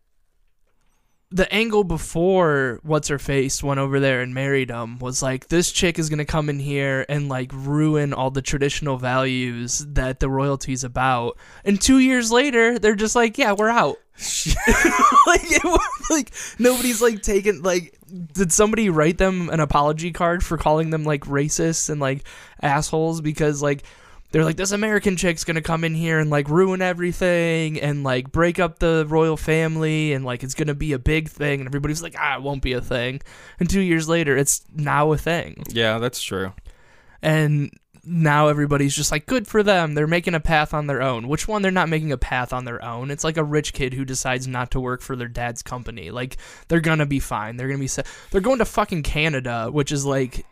the angle before what's her face went over there and married him was like this chick is going to come in here and like ruin all the traditional values that the royalty's about and 2 years later they're just like yeah we're out like it was, like nobody's like taken like did somebody write them an apology card for calling them like racists and like assholes because like they're like this American chick's gonna come in here and like ruin everything and like break up the royal family and like it's gonna be a big thing and everybody's like ah it won't be a thing and two years later it's now a thing Yeah, that's true. and now everybody's just like good for them they're making a path on their own which one they're not making a path on their own it's like a rich kid who decides not to work for their dad's company like they're gonna be fine they're gonna be set they're going to fucking canada which is like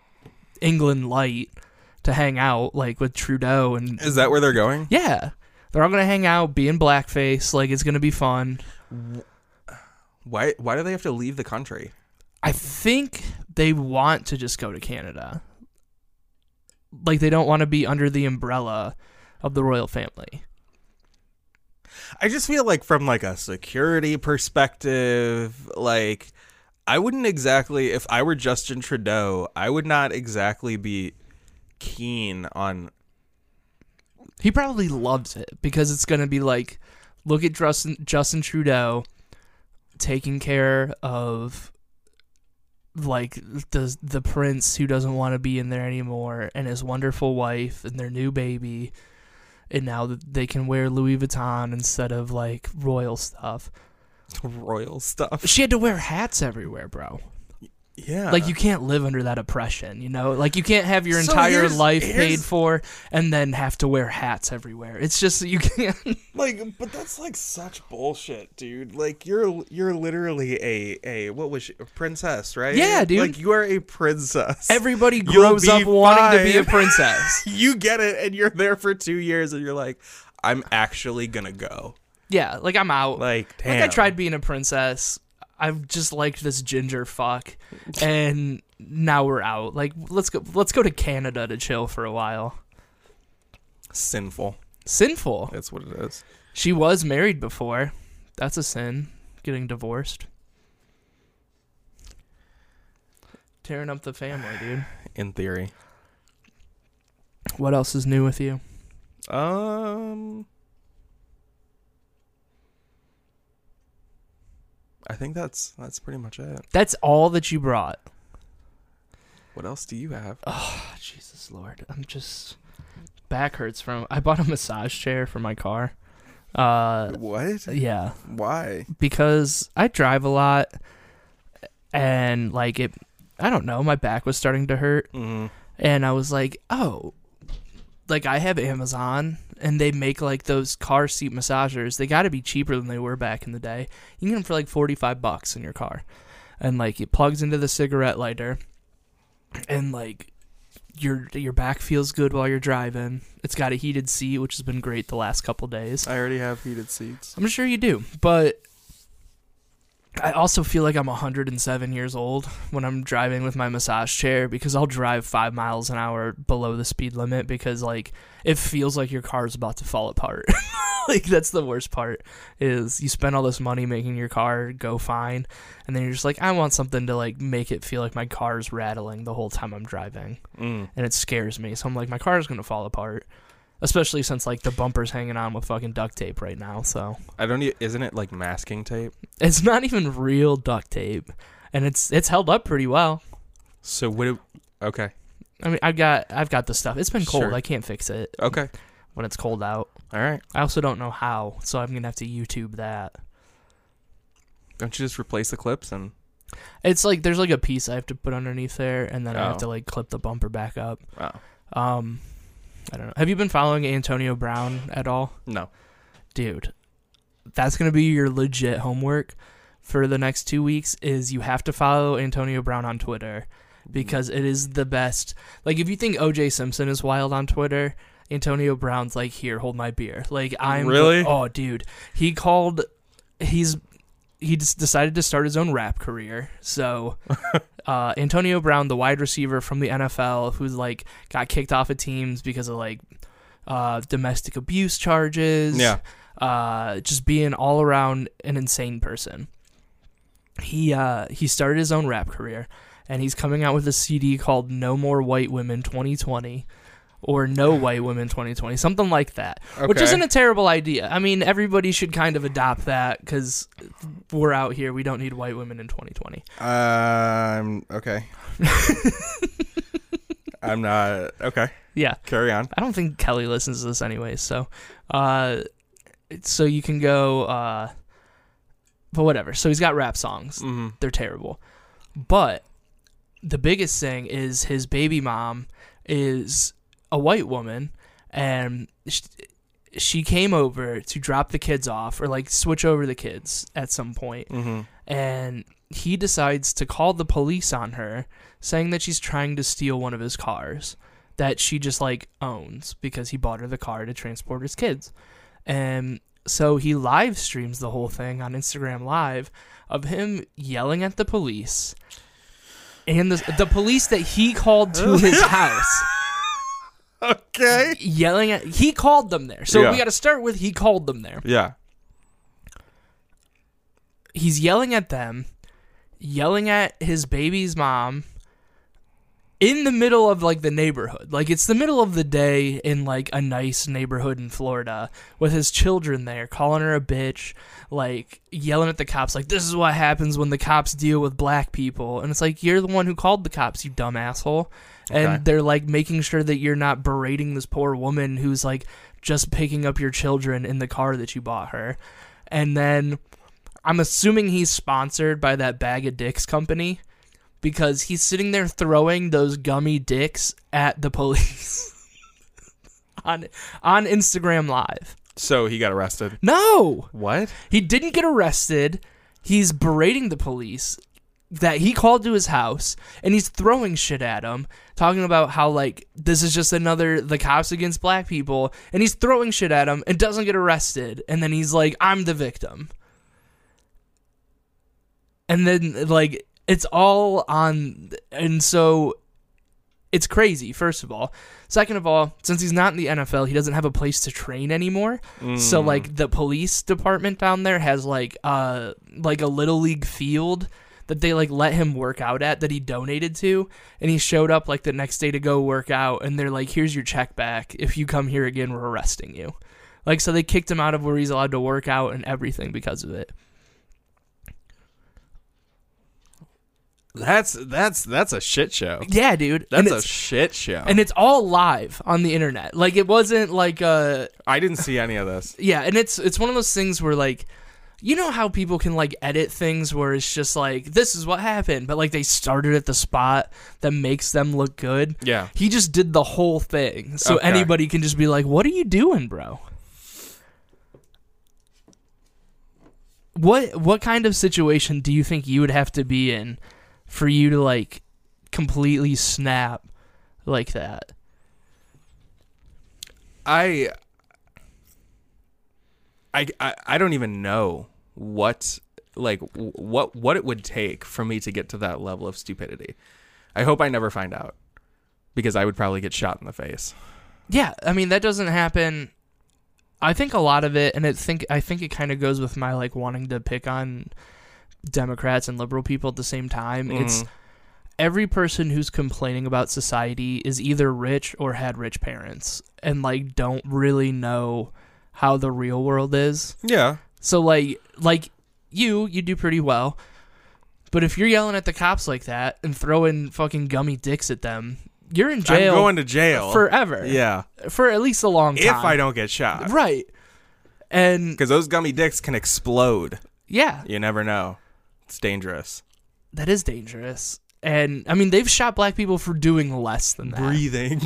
england light to hang out like with trudeau and Is that where they're going? yeah they're all gonna hang out be in blackface like it's gonna be fun Why why do they have to leave the country? i think they want to just go to Canada. Like they don't want to be under the umbrella of the royal family. I just feel like from like a security perspective, like I wouldn't exactly if I were Justin Trudeau, I would not exactly be keen on He probably loves it because it's going to be like look at Justin Justin Trudeau taking care of like the the prince who doesn't want to be in there anymore and his wonderful wife and their new baby and now th- they can wear Louis Vuitton instead of like royal stuff. royal stuff. She had to wear hats everywhere, bro. Yeah. Like you can't live under that oppression, you know? Like you can't have your Uh. So entire here's- life paid here's- for and then have to wear hats everywhere. It's just you can't like but that's like such bullshit, dude. Like you're you're literally a a what was she, a princess, right? Yeah, dude. Like you are a princess. Everybody You'll grows be up wanting to be a fine. princess. you get it and you're there for 2 years and you're like I'm actually going to go. yeah, like I'm out. Like, Like damn. I tried being a princess. I've just liked this ginger fuck, and now we're out. Like let's go. Let's go to Canada to chill for a while. sinful. Sinful. That's what it is. She was married before. That's a sin. Getting divorced. Tearing up the family, dude. in theory. What else is new with you? Um, I think that's that's pretty much it. That's all that you brought. What else do you have? Oh, Jesus Lord. I'm just back hurts from I bought a massage chair for my car. Uh what? yeah, Why? because I drive a lot and like it I don't know, my back was starting to hurt Mm, and I was like, "Oh, like I have Amazon and they make like those car seat massagers. They got to be cheaper than they were back in the day. You can get them for like 45 bucks in your car. And like it plugs into the cigarette lighter and like your your back feels good while you're driving. It's got a heated seat, which has been great the last couple days. I already have heated seats. I'm sure you do, but I also feel like I'm 107 years old when I'm driving with my massage chair because I'll drive five miles an hour below the speed limit because like it feels like your car's about to fall apart. like that's the worst part is you spend all this money making your car go fine, and then you're just like, I want something to like make it feel like my car's rattling the whole time I'm driving, Mm. and it scares me. So I'm like, my car's gonna fall apart. Especially since like the bumper's hanging on with fucking duct tape right now, so I don't. e- Isn't it like masking tape? it's not even real duct tape, and it's it's held up pretty well. So would it? Okay. I mean, I've got I've got the stuff. It's been cold. Sure. I can't fix it Okay. when it's cold out. All right. I also don't know how, so I'm gonna have to YouTube that. Don't you just replace the clips and? It's like there's like a piece I have to put underneath there, and then I have Oh. to like clip the bumper back up. Oh Um, I don't know. Have you been following Antonio Brown at all, no. dude? That's gonna be your legit homework for the next two weeks. Is you have to follow Antonio Brown on Twitter. because it is the best. Like if you think OJ Simpson is wild on Twitter, Antonio Brown's like, "Here, hold my beer." Like I'm Really? Oh, dude, he called. He's he just decided to start his own rap career. So uh, Antonio Brown, the wide receiver from the NFL, who's like got kicked off of teams because of like uh, domestic abuse charges. Yeah. Uh, just being all around an insane person. He uh, he started his own rap career, and he's coming out with a CD called "No More White Women 2020," or "No White Women 2020," something like that. Which Okay. isn't a terrible idea. I mean, everybody should kind of adopt that because we're out here. We don't need white women in 2020. Um. Okay. I'm not okay. Yeah. Carry on. I don't think Kelly listens to this anyway, so uh it's- so you can go uh but whatever. So he's got rap songs. Mm-hmm. They're terrible. But the biggest thing is his baby mom is a white woman and she, she came over to drop the kids off or like switch over the kids at some point Mm-hmm. and he decides to call the police on her, saying that she's trying to steal one of his cars that she just like owns because he bought her the car to transport his kids. And so he live streams the whole thing on Instagram Live of him yelling at the police and the the police that he called to his house Okay. yelling at he called them there. So Yeah. we got to start with he called them there. Yeah. He's yelling at them, yelling at his baby's mom in the middle of like the neighborhood. Like it's the middle of the day in like a nice neighborhood in Florida with his children there calling her a bitch, like yelling at the cops like this is what happens when the cops deal with black people. And it's like you're the one who called the cops, you dumb asshole. Okay. And they're like making sure that you're not berating this poor woman who's like just picking up your children in the car that you bought her. And then I'm assuming he's sponsored by that bag of dicks company because he's sitting there throwing those gummy dicks at the police on on Instagram live. So he got arrested. No, What? he didn't get arrested. He's berating the police that he called to his house and he's throwing shit at him talking about how like this is just another the cops against black people and he's throwing shit at him and doesn't get arrested and then he's like I'm the victim. And then like it's all on and so it's crazy first of all second of all since he's not in the nfl he doesn't have a place to train anymore Mm. so like the police department down there has like uh like a little league field that they like let him work out at that he donated to and he showed up like the next day to go work out and they're like here's your check back if you come here again we're arresting you like so they kicked him out of where he's allowed to work out and everything because of it That's that's that's a shit show. yeah dude and That's a it's, shit show. and it's all live on the internet like it wasn't like uh I didn't see any of this. yeah and it's it's one of those things where like you know how people can like edit things where it's just like this is what happened but like they started at the spot that makes them look good Yeah. he just did the whole thing so Okay. anybody can just be like what are you doing bro what what kind of situation do you think you would have to be in for you to like completely snap like that I I I, I don't even know what like w- what what it would take for me to get to that level of stupidity. I hope I never find out because I would probably get shot in the face. Yeah, I mean that doesn't happen. I think a lot of it, and it think I think it kind of goes with my like wanting to pick on Democrats and liberal people at the same time. It's Mm-hmm. every person who's complaining about society is either rich or had rich parents and like don't really know how the real world is. Yeah. So like like you, you do pretty well. But if you're yelling at the cops like that and throwing fucking gummy dicks at them, you're in jail I'm going to jail forever Yeah. for at least a long If time. I don't get shot. right, and Because those gummy dicks can explode. yeah, You never know. It's dangerous. that is dangerous. And I mean, they've shot black people for doing less than that. Breathing.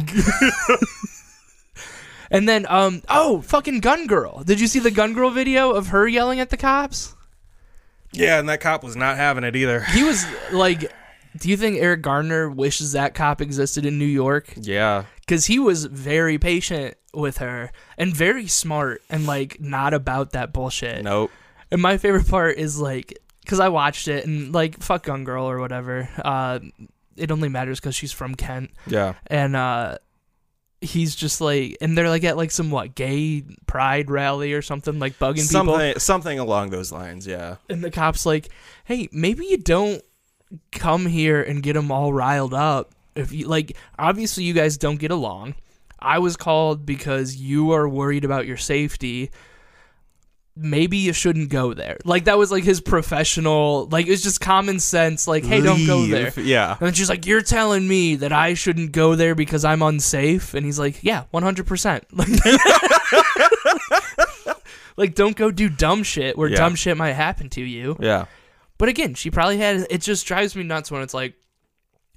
And then, um, oh, fucking gun girl! Did you see the gun girl video of her yelling at the cops? yeah, and that cop was not having it either. He was like, "Do you think Eric Garner wishes that cop existed in New York?" Yeah. Because he was very patient with her and very smart and like not about that bullshit. Nope. And my favorite part is like, because I watched it and like, fuck Gun Girl or whatever. Uh, it only matters because she's from Kent. Yeah. And uh, he's just like, and they're like at like some what, gay pride rally or something, like bugging people. Something something along those lines, yeah. And the cop's like, hey, maybe you don't come here and get them all riled up. If you like, obviously you guys don't get along. I was called because you are worried about your safety. Maybe you shouldn't go there. Like that was like his professional, like it's just common sense. Like, hey, don't go there. Leave. Yeah. And then she's like, "You're telling me that I shouldn't go there because I'm unsafe?" And he's like, "Yeah, 100." percent Like, don't go do dumb shit where Yeah. dumb shit might happen to you. Yeah. But again, she probably had. It just drives me nuts when it's like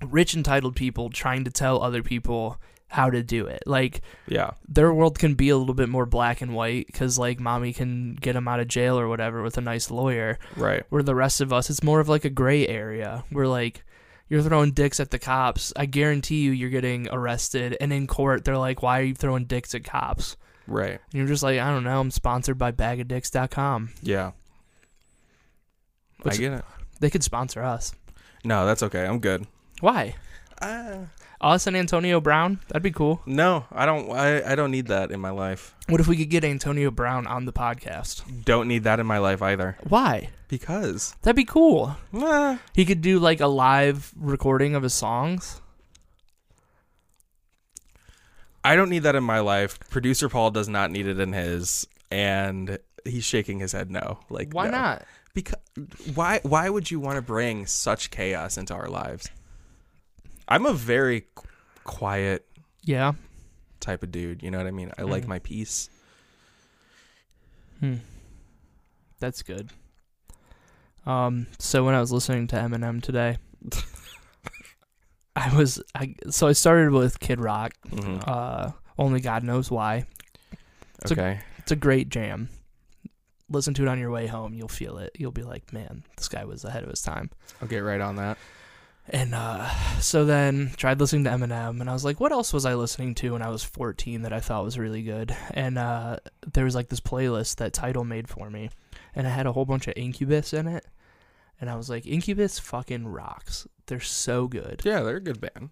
rich entitled people trying to tell other people how to do it. Like Yeah. their world can be a little bit more black and white because like mommy can get them out of jail or whatever with a nice lawyer Right. where the rest of us it's more of like a gray area where like you're throwing dicks at the cops i guarantee you you're getting arrested and in court they're like why are you throwing dicks at cops Right. and you're just like i don't know i'm sponsored by bagofdicks.com Yeah. What's- I get it. they could sponsor us No, that's okay. I'm good. Why? Ah. Uh, Us and Antonio Brown? That'd be cool. no, I don't. I, I don't need that in my life. What if we could get Antonio Brown on the podcast? Don't need that in my life either. Why? Because That'd be cool. eh, He could do like a live recording of his songs. I don't need that in my life. Producer Paul does not need it in his, and he's shaking his head no. Like Why no. not? Because why? Why would you want to bring such chaos into our lives? I'm a very qu- quiet Yeah. type of dude. You know what I mean? I like Mhm. my peace. Hmm. That's good. Um. So when I was listening to Eminem today, I was I so I started with Kid Rock. Mhm. Uh, only God knows why. it's a- Okay. It's a great jam. Listen to it on your way home. You'll feel it. You'll be like, man, this guy was ahead of his time. I'll get right on that. And uh, so then tried listening to Eminem, and I was like, what else was I listening to when I was 14 that I thought was really good? And uh, there was like this playlist that Title made for me, and it had a whole bunch of Incubus in it. And I was like, Incubus fucking rocks. They're so good. Yeah, they're a good band.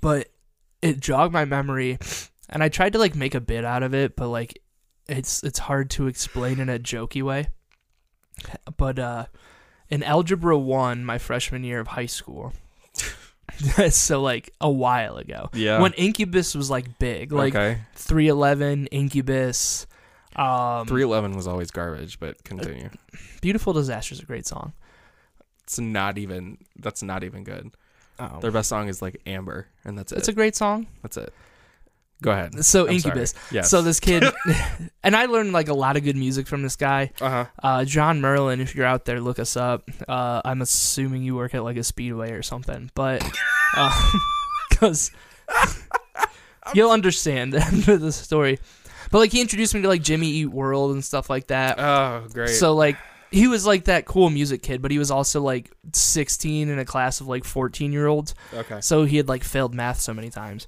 But it jogged my memory, and I tried to like make a bit out of it, but like it's it's hard to explain in a jokey way. But uh, in Algebra 1, my freshman year of high school, so like a while ago Yeah. when incubus was like big like okay. 311 incubus um 311 was always garbage, but continue. beautiful disaster is a great song It's not even. That's not even good. oh. Their best song is like Amber, and that's it. it's a great song that's it. Go ahead. so I'm sorry. incubus Yes. so this kid and i learned like a lot of good music from this guy Uh huh. uh john merlin if you're out there look us up uh i'm assuming you work at like a speedway or something but because you'll understand after the story but like he introduced me to like jimmy eat world and stuff like that Oh, great. So like he was like that cool music kid, but he was also like 16 in a class of like 14 year olds. okay. So he had like failed math so many times.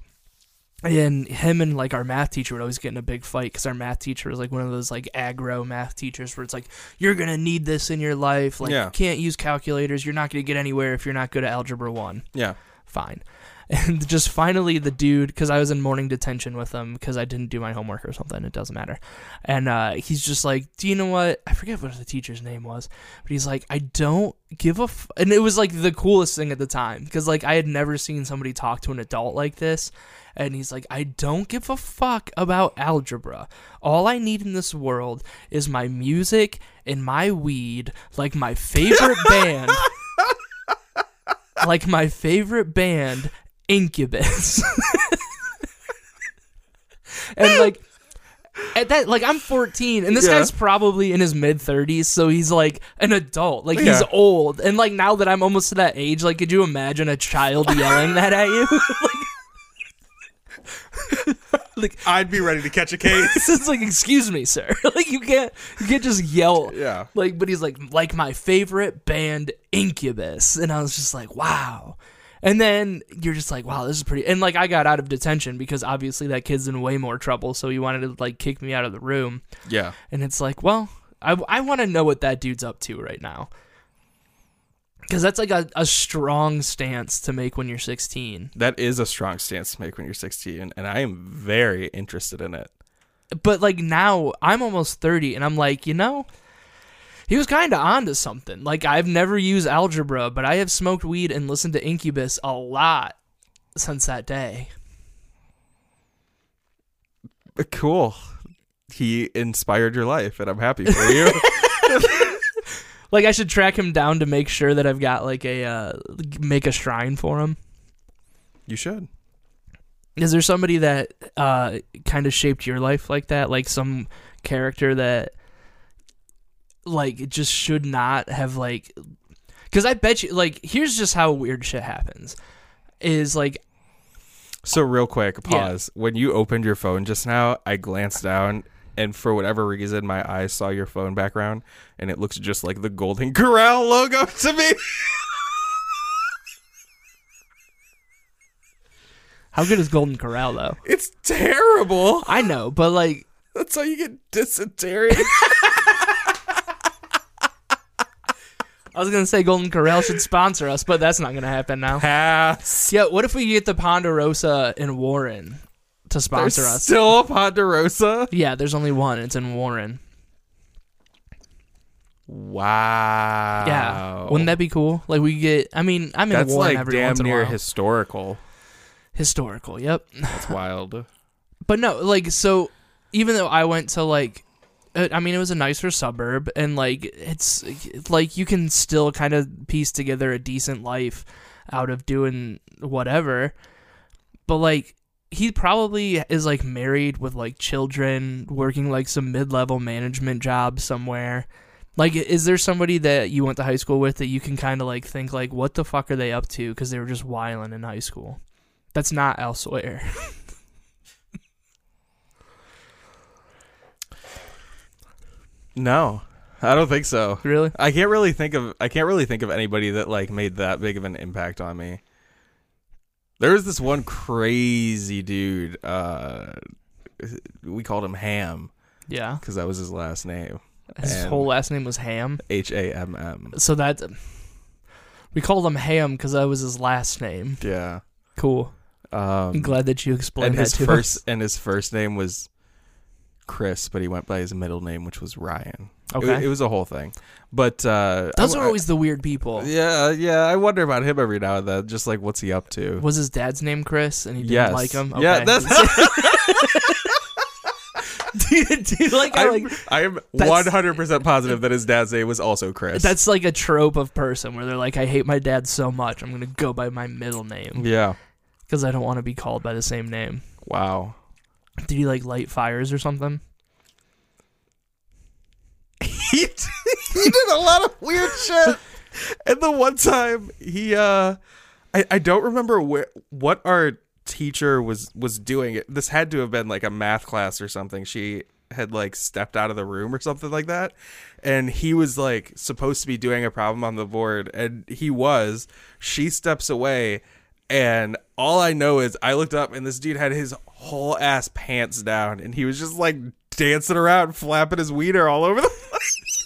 And him and like our math teacher would always get in a big fight because our math teacher was like one of those like aggro math teachers where it's like you're gonna need this in your life. Like Yeah. you can't use calculators. You're not gonna get anywhere if you're not good at algebra one Yeah. fine. And just finally, the dude, because I was in morning detention with him because I didn't do my homework or something, it doesn't matter. And uh, he's just like, Do you know what? I forget what the teacher's name was, but he's like, I don't give a. F-. And it was like the coolest thing at the time because like I had never seen somebody talk to an adult like this. And he's like, I don't give a fuck about algebra. All I need in this world is my music and my weed, like my favorite band like my favorite band, Incubus. and like at that like I'm 14 and this Yeah. guy's probably in his mid 30s so he's like an adult like he's Yeah. old and like now that I'm almost to that age like could you imagine a child yelling that at you I'd be ready to catch a case. it's like excuse me sir like you can't you can't just yell yeah. Like, but he's like, like my favorite band, Incubus, and I was just like, wow. And then you're just like, wow, this is pretty. And like, I got out of detention because obviously that kid's in way more trouble, so he wanted to like kick me out of the room. Yeah. And it's like, well, I I want to know what that dude's up to right now, because that's like a, a strong stance to make when you're 16. That is a strong stance to make when you're 16, and I am very interested in it. But like now, I'm almost 30, and I'm like, you know. he was kind of onto something. Like I've never used algebra, but I have smoked weed and listened to Incubus a lot since that day. Cool. He inspired your life, and I'm happy for you. Like I should track him down to make sure that I've got like a uh, make a shrine for him. you should. Is there somebody that uh, kind of shaped your life like that? Like some character that like just should not have like because I bet you like here's just how weird shit happens is like So, real quick, pause. When you opened your phone just now, I glanced down, and for whatever reason, my eyes saw your phone background, and it looks just like the Golden Corral logo to me. how good is Golden Corral though? It's terrible. I know, but like That's how you get dysentery. I was gonna say Golden Corral should sponsor us, but that's not gonna happen now. Pass. Yeah, what if we get the Ponderosa in Warren to There's sponsor us? still a Ponderosa. yeah, there's only one. It's in Warren. Wow. Yeah, wouldn't that be cool? Like we get. I mean, I'm in That's Warren like every damn once in a near while. historical. Historical. Yep. That's wild. But no, like so even though I went to like uh, I mean it was a nicer suburb and like it's like you can still kind of piece together a decent life out of doing whatever. But like he probably is like married with like children, working like some mid-level management job somewhere. Like is there somebody that you went to high school with that you can kind of like think like what the fuck are they up to cuz they were just wiling in high school. That's not elsewhere. No, I don't think so. really? I can't really think of I can't really think of anybody that like made that big of an impact on me. There was this one crazy dude. Uh, we called him Ham Yeah. because that was his last name. His And- whole last name was Ham. H A M M. So that we called him Ham because that was his last name. Yeah. Cool. I'm Um, glad that you and explained that his to first us. and his first name was Chris, but he went by his middle name, which was Ryan. It wa- Okay. It, was a whole thing. But uh, Those I- are always the weird people. Yeah, yeah. I wonder about him every now and then. Just like, what's he up to? Was his dad's name Chris and he didn't Yes. like him? Yeah, that's- do, you, do you like, how, I'm, like I'm that's- 100% positive that his dad's name was also Chris. that's like a trope of person where they're like, I hate my dad so much, I'm gonna go by my middle name yeah. because I don't want to be called by the same name. Wow. Did he like light fires or something? He, d- he did a lot of weird shit. And the one time he uh I, I don't remember where what our teacher was was doing it. This had to have been like a math class or something. She had like stepped out of the room or something like that. And he was like supposed to be doing a problem on the board and he was. She steps away and all I know is I looked up and this dude had his whole ass pants down and he was just like dancing around flapping his wiener all over the place.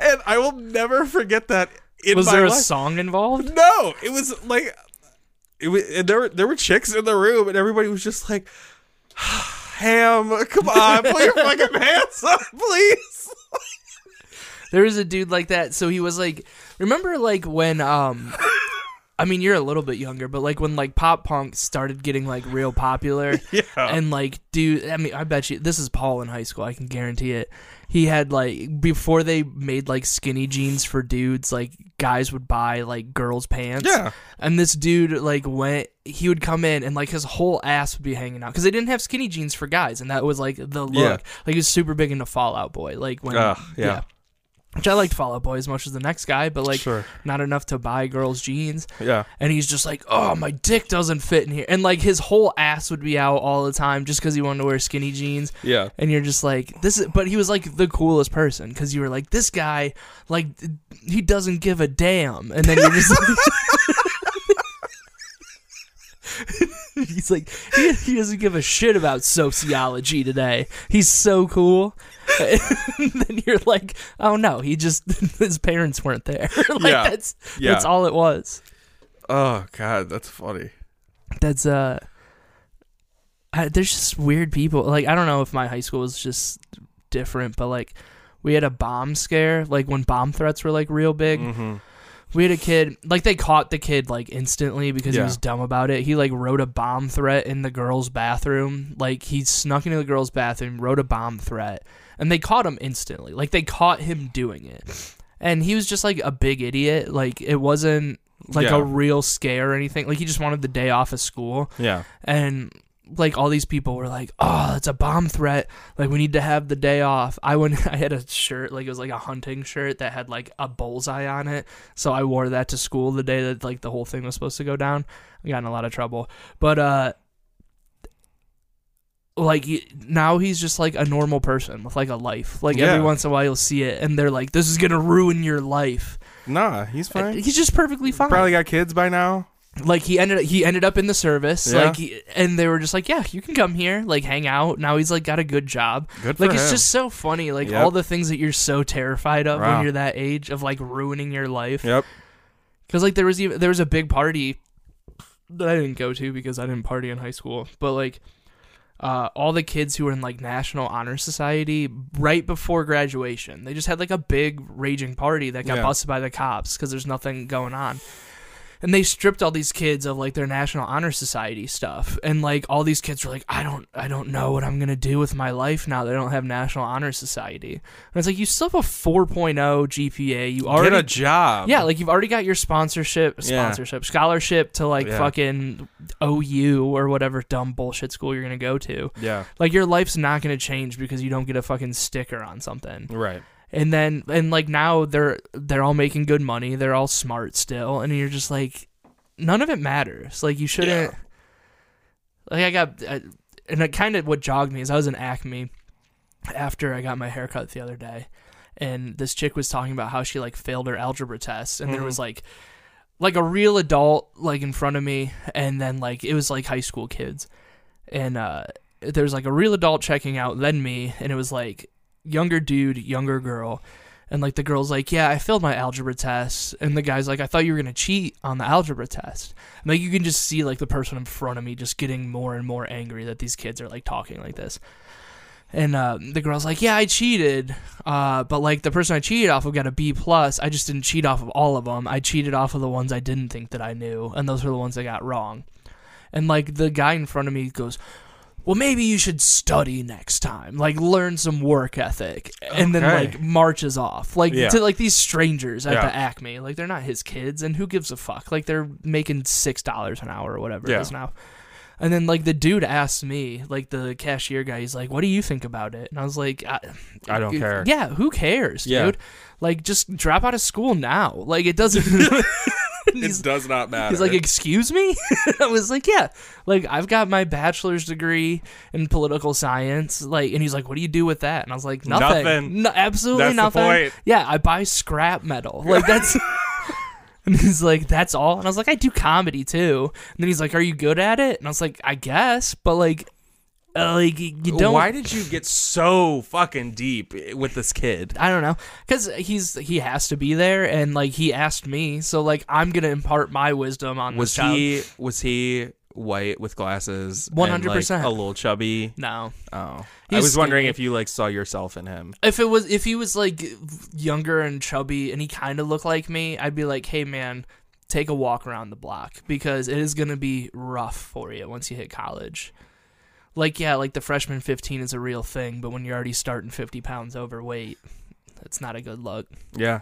and I will never forget that in Was my there a life. song involved? No, it was like it was, and there were there were chicks in the room, and everybody was just like, "Ham, come on, put your fucking pants up, please." There was a dude like that. So he was like, remember like when um, I mean you're a little bit younger, but like when like pop punk started getting like real popular, Yeah, and like dude, I mean I bet you this is Paul in high school. I can guarantee it. He had like before they made like skinny jeans for dudes, like guys would buy like girls' pants. Yeah. And this dude like went, he would come in and like his whole ass would be hanging out because they didn't have skinny jeans for guys, and that was like the look. Yeah. Like he was super big into Fallout Boy. Like when Ugh, yeah. which I liked Fall Out Boy as much as the next guy, but like Sure. not enough to buy girls' jeans. yeah, And he's just like, oh, my dick doesn't fit in here, and like his whole ass would be out all the time just because he wanted to wear skinny jeans. yeah. And you're just like, this is, but he was like the coolest person because you were like, this guy, like, he doesn't give a damn. And then you're just he's like, he, he doesn't give a shit about sociology today. He's so cool. and then you're like, oh no, he just, his parents weren't there. like, Yeah. that's, Yeah. that's all it was. Oh god, that's funny. That's, uh, I, there's just weird people. Like I don't know if my high school was just different, but like we had a bomb scare, like when bomb threats were like real big. Mhm. We had a kid, like they caught the kid like instantly because Yeah. he was dumb about it. He like wrote a bomb threat in the girls' bathroom. Like he snuck into the girls' bathroom, wrote a bomb threat, and they caught him instantly. Like they caught him doing it. And he was just like a big idiot. Like it wasn't like Yeah. a real scare or anything. Like he just wanted the day off of school Yeah, and like all these people were like, "Oh, it's a bomb threat. Like we need to have the day off." I went. I had a shirt like it was like a hunting shirt that had like a bullseye on it, so I wore that to school the day that like the whole thing was supposed to go down. I got in a lot of trouble, but uh, like he- now he's just like a normal person with like a life. Like Yeah. every once in a while you'll see it, and they're like, "This is gonna ruin your life." nah, he's fine. Uh, He's just perfectly fine. Probably got kids by now. like he ended he ended up in the service Yeah. like he, and they were just like yeah you can come here like hang out now he's like got a good job Good like for it's him. just so funny like Yep. all the things that you're so terrified of Wow. when you're that age of like ruining your life Yep. because like there was even there was a big party that I didn't go to because I didn't party in high school, but like uh, all the kids who were in like National Honor Society right before graduation, they just had like a big raging party that got Yeah. busted by the cops because there's nothing going on. And they stripped all these kids of like their National Honor Society stuff, and like all these kids were like, "I don't, I don't know what I'm gonna do with my life now that I don't have National Honor Society." And it's like you still have a 4.0 GPA, you already Get a job. yeah, like you've already got your sponsorship, Um, Yeah. sponsorship, scholarship to like Yeah. fucking OU or whatever dumb bullshit school you're gonna go to. Yeah. Like your life's not gonna change because you don't get a fucking sticker on something. Right. And then and like now they're they're all making good money, they're all smart still, and you're just like, none of it matters. Like you shouldn't. Like I got, I, and it kind of what jogged me is I was in Acme after I got my haircut the other day, and this chick was talking about how she like failed her algebra test, and there was like like a real adult like in front of me, and then like it was like high school kids, and uh, there was like a real adult checking out, then me, and it was like younger dude, younger girl. And like the girl's like, yeah, I failed my algebra test, and the guy's like, I thought you were gonna cheat on the algebra test. And like you can just see like the person in front of me just getting more and more angry that these kids are like talking like this. And uh, the girl's like, "Yeah, I cheated, uh, but like the person I cheated off of got a B plus. I just didn't cheat off of all of them. I cheated off of the ones I didn't think that I knew, and those were the ones I got wrong." And like the guy in front of me goes, "Well, maybe you should study next time. Like learn some work ethic." And then Okay. like marches off, like Yeah. to like these strangers at Yeah. the Acme. Like they're not his kids, and who gives a fuck? Like they're making six dollars an hour or whatever Yeah. it is now. And then like the dude asked me, like the cashier guy, he's like, "What do you think about it?" And I was like, "I, I don't care. Yeah, who cares, Yeah. dude? Like, just drop out of school now. Like, it doesn't." And It he's, does not matter. he's like, "Excuse me." I was like, "Yeah, like I've got my bachelor's degree in political science." Like, and he's like, "What do you do with that?" And I was like, "Nothing. Nothing. No, absolutely That's the nothing." point. Yeah, I buy scrap metal. Like that's. And he's like, "That's all." And I was like, "I do comedy too." And then he's like, "Are you good at it?" And I was like, "I guess, but like, uh, like y- you don't." Why did you get so fucking deep with this kid? I don't know, because he's he has to be there, and like he asked me, so like I'm gonna impart my wisdom on Was this child. he was he white with glasses? and, 100%. like, A little chubby. No, Oh, I He's was wondering skinny. if you like saw yourself in him. if it was if he was like younger and chubby and he kind of looked like me, I'd be like, "Hey man, take a walk around the block because it is going to be rough for you once you hit college." Like yeah, like the freshman 15 is a real thing, but when you're already starting 50 pounds overweight, that's not a good look. Yeah.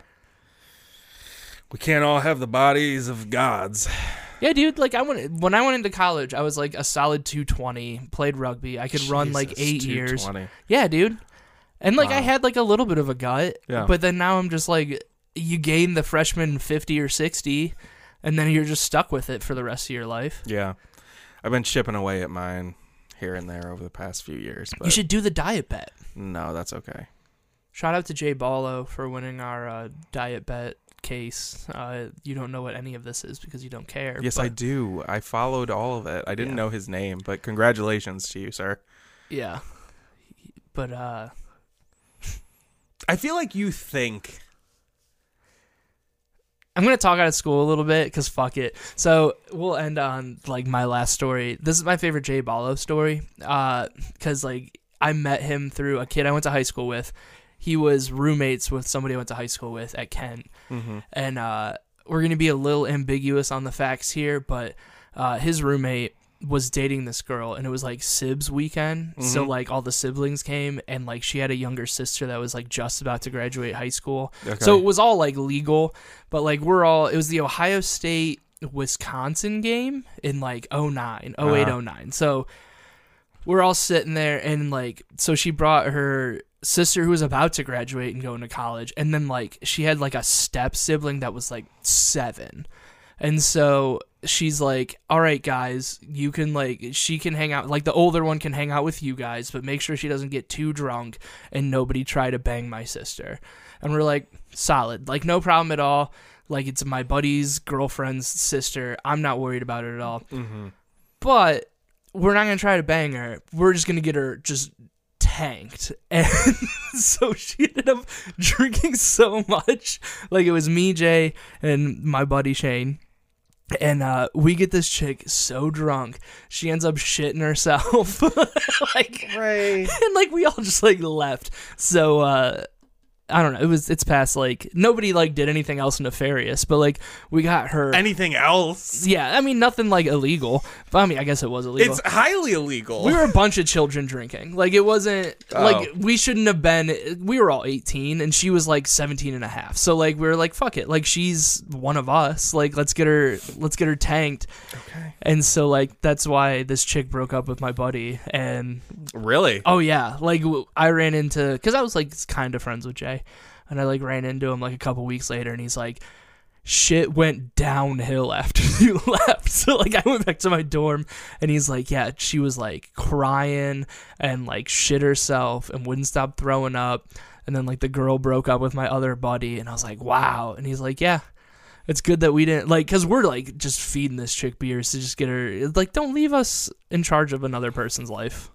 We can't all have the bodies of gods. Yeah, dude, like I went when I went into college, I was like a solid 220, played rugby. I could run like Jesus, 8 years. 220. Yeah, dude. And like I Wow. had like a little bit of a gut, Yeah. but then now I'm just like you gain the freshman 50 or 60 and then you're just stuck with it for the rest of your life. Yeah. I've been chipping away at mine here and there over the past few years, but You should do the diet bet. no, that's okay. Shout out to Jay Ballo for winning our uh, diet bet case. Uh, you don't know what any of this is because you don't care. Yes, but- I do. I followed all of it. I didn't Yeah. know his name, but congratulations to you, sir. Yeah. But uh I feel like you think I'm gonna talk out of school a little bit because fuck it. So we'll end on like my last story. This is my favorite Jay Ballo story because like I met him through a kid I went to high school with. He was roommates with somebody I went to high school with at Kent, Mm-hmm. and uh, we're gonna be a little ambiguous on the facts here, but uh, his roommate was dating this girl and it was like Sib's weekend. So like all the siblings came and like she had a younger sister that was like just about to graduate high school. So Okay. it was all like legal, but like we're all it was the Ohio State Wisconsin game in like 09, 08, Uh-huh. 09. So we're all sitting there and like so she brought her sister who was about to graduate and go into college and then like she had like a step sibling that was like 7. And so she's like, "All right, guys, you can like she can hang out like the older one can hang out with you guys, but make sure she doesn't get too drunk and nobody try to bang my sister." And we're like, "Solid. Like no problem at all. Like it's my buddy's girlfriend's sister. I'm not worried about it at all. But we're not gonna try to bang her. We're just gonna get her just tanked. And so she ended up drinking so much. Like it was me, Jay, and my buddy Shane. And uh, we get this chick so drunk, she ends up shitting herself. like Right. and like we all just like left. So uh I don't know. It was it's past like nobody like did anything else nefarious, but like we got her. Anything else? yeah, I mean nothing like illegal. But I mean I guess it was illegal. It's highly illegal. we were a bunch of children drinking. Like it wasn't like Oh. we shouldn't have been we were all 18 and she was like 17 and a half. So like we were like fuck it. Like she's one of us. Like let's get her let's get her tanked. Okay. And so like that's why this chick broke up with my buddy and really? Oh yeah, like w- I ran into because I was like kind of friends with Jay, and I like ran into him like a couple weeks later, and he's like, "Shit went downhill after you left." So like I went back to my dorm, and he's like, "Yeah, she was like crying and like shit herself and wouldn't stop throwing up." And then like the girl broke up with my other buddy, and I was like, "Wow!" And he's like, "Yeah." It's good that we didn't like, cause we're like just feeding this chick beers to just get her. Like, don't leave us in charge of another person's life.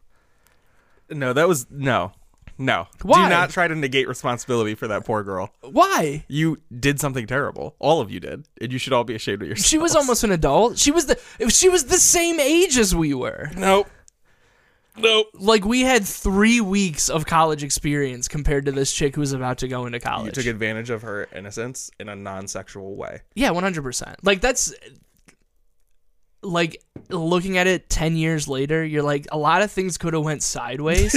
No, that was no. No. Why? Do not try to negate responsibility for that poor girl. Why? You did something terrible. All of you did. And you should all be ashamed of yourself. She was almost an adult. She was the she was the same age as we were. Nope. Nope. Like we had three weeks of college experience compared to this chick who's about to go into You college. took advantage of her innocence in a non sexual way. yeah, one hundred percent. Like that's like looking at it ten years later, you're like a lot of things could have went sideways.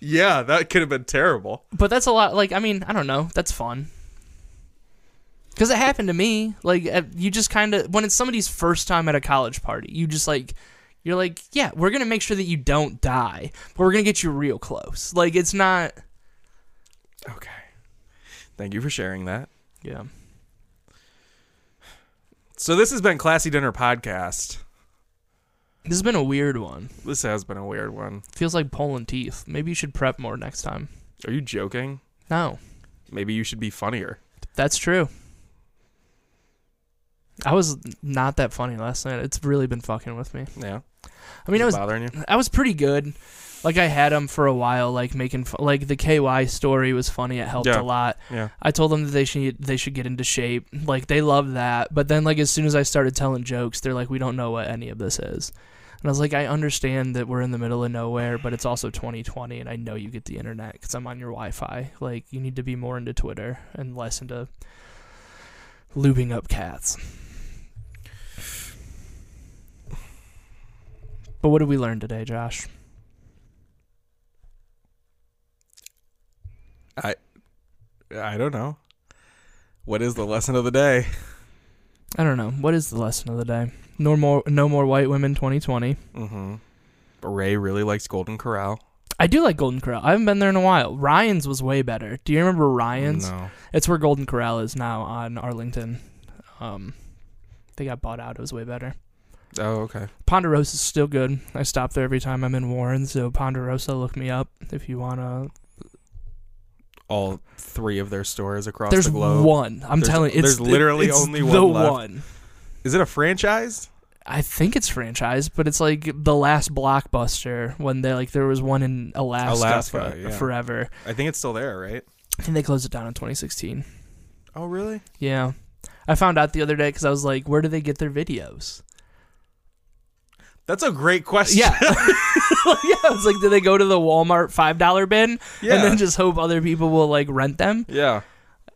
Yeah, that could have been terrible. but that's a lot. Like I mean, I don't know. That's fun. Because it happened to me. Like at- you just kind of when it's somebody's first time at a college party, you just like you're like, yeah, we're gonna make sure that you don't die, but we're gonna get you real close. Like it's not. Okay. Thank you for sharing that. Yeah. So this has been Classy Dinner Podcast. This has been a weird one. This has been a weird one. Feels like pulling teeth. Maybe you should prep more next time. Are you joking? No, Maybe you should be funnier. that's true. I was not that funny last night. It's really been fucking with me. Yeah. I mean, I was bothering you. I was pretty good. Like I had him for a while, like making fu- like the KY story was funny. It helped Yeah. a lot. Yeah. I told them that they should they should get into shape. Like they love that. But then like as soon as I started telling jokes, they're like, we don't know what any of this is. And I was like, I understand that we're in the middle of nowhere, but it's also 2020, and I know you get the internet because I'm on your Wi-Fi. Like you need to be more into Twitter and less into lubing up cats. But what did we learn today, Josh? I don't know. What is the lesson of the day? I don't know. What is the lesson of the day? No more, no more white women. 2020. Mm-hmm. Ray really likes Golden Corral. I do like Golden Corral. I haven't been there in a while. Ryan's was way better. Do you remember Ryan's? No. It's where Golden Corral is now on Arlington. Um, they got bought out. It was way better. Oh, okay. Ponderosa's still good. I stop there every time I'm in Warren. So Ponderosa, look me up if you wanna. All three of their stores across there's the globe. one. I'm There's- telling you, it's there's literally it's only the one left. one. Is it a franchise? I think it's franchised, but it's like the last blockbuster when they like there was one in Alaska, Alaska, for- yeah. forever. I think it's still there, right? I think they closed it down in 2016. Oh, really? Yeah. I found out the other day because I was like, where do they get their videos? That's a great question. Yeah. yeah. I was like, do they go to the Walmart $5 bin Yeah. and then just hope other people will like rent them? yeah.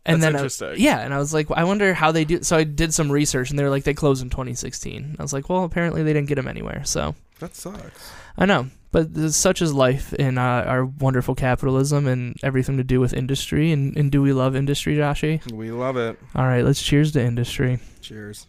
And That's then I- interesting. yeah. And I was like, I wonder how they do. So I did some research and they were like, they closed in 2016. I was like, well, apparently they didn't get them anywhere. So That sucks. I know. But th- such is life in uh, our wonderful capitalism and everything to do with industry. And, and do we love industry, Joshi? We love it. All right, let's cheers to industry. Cheers.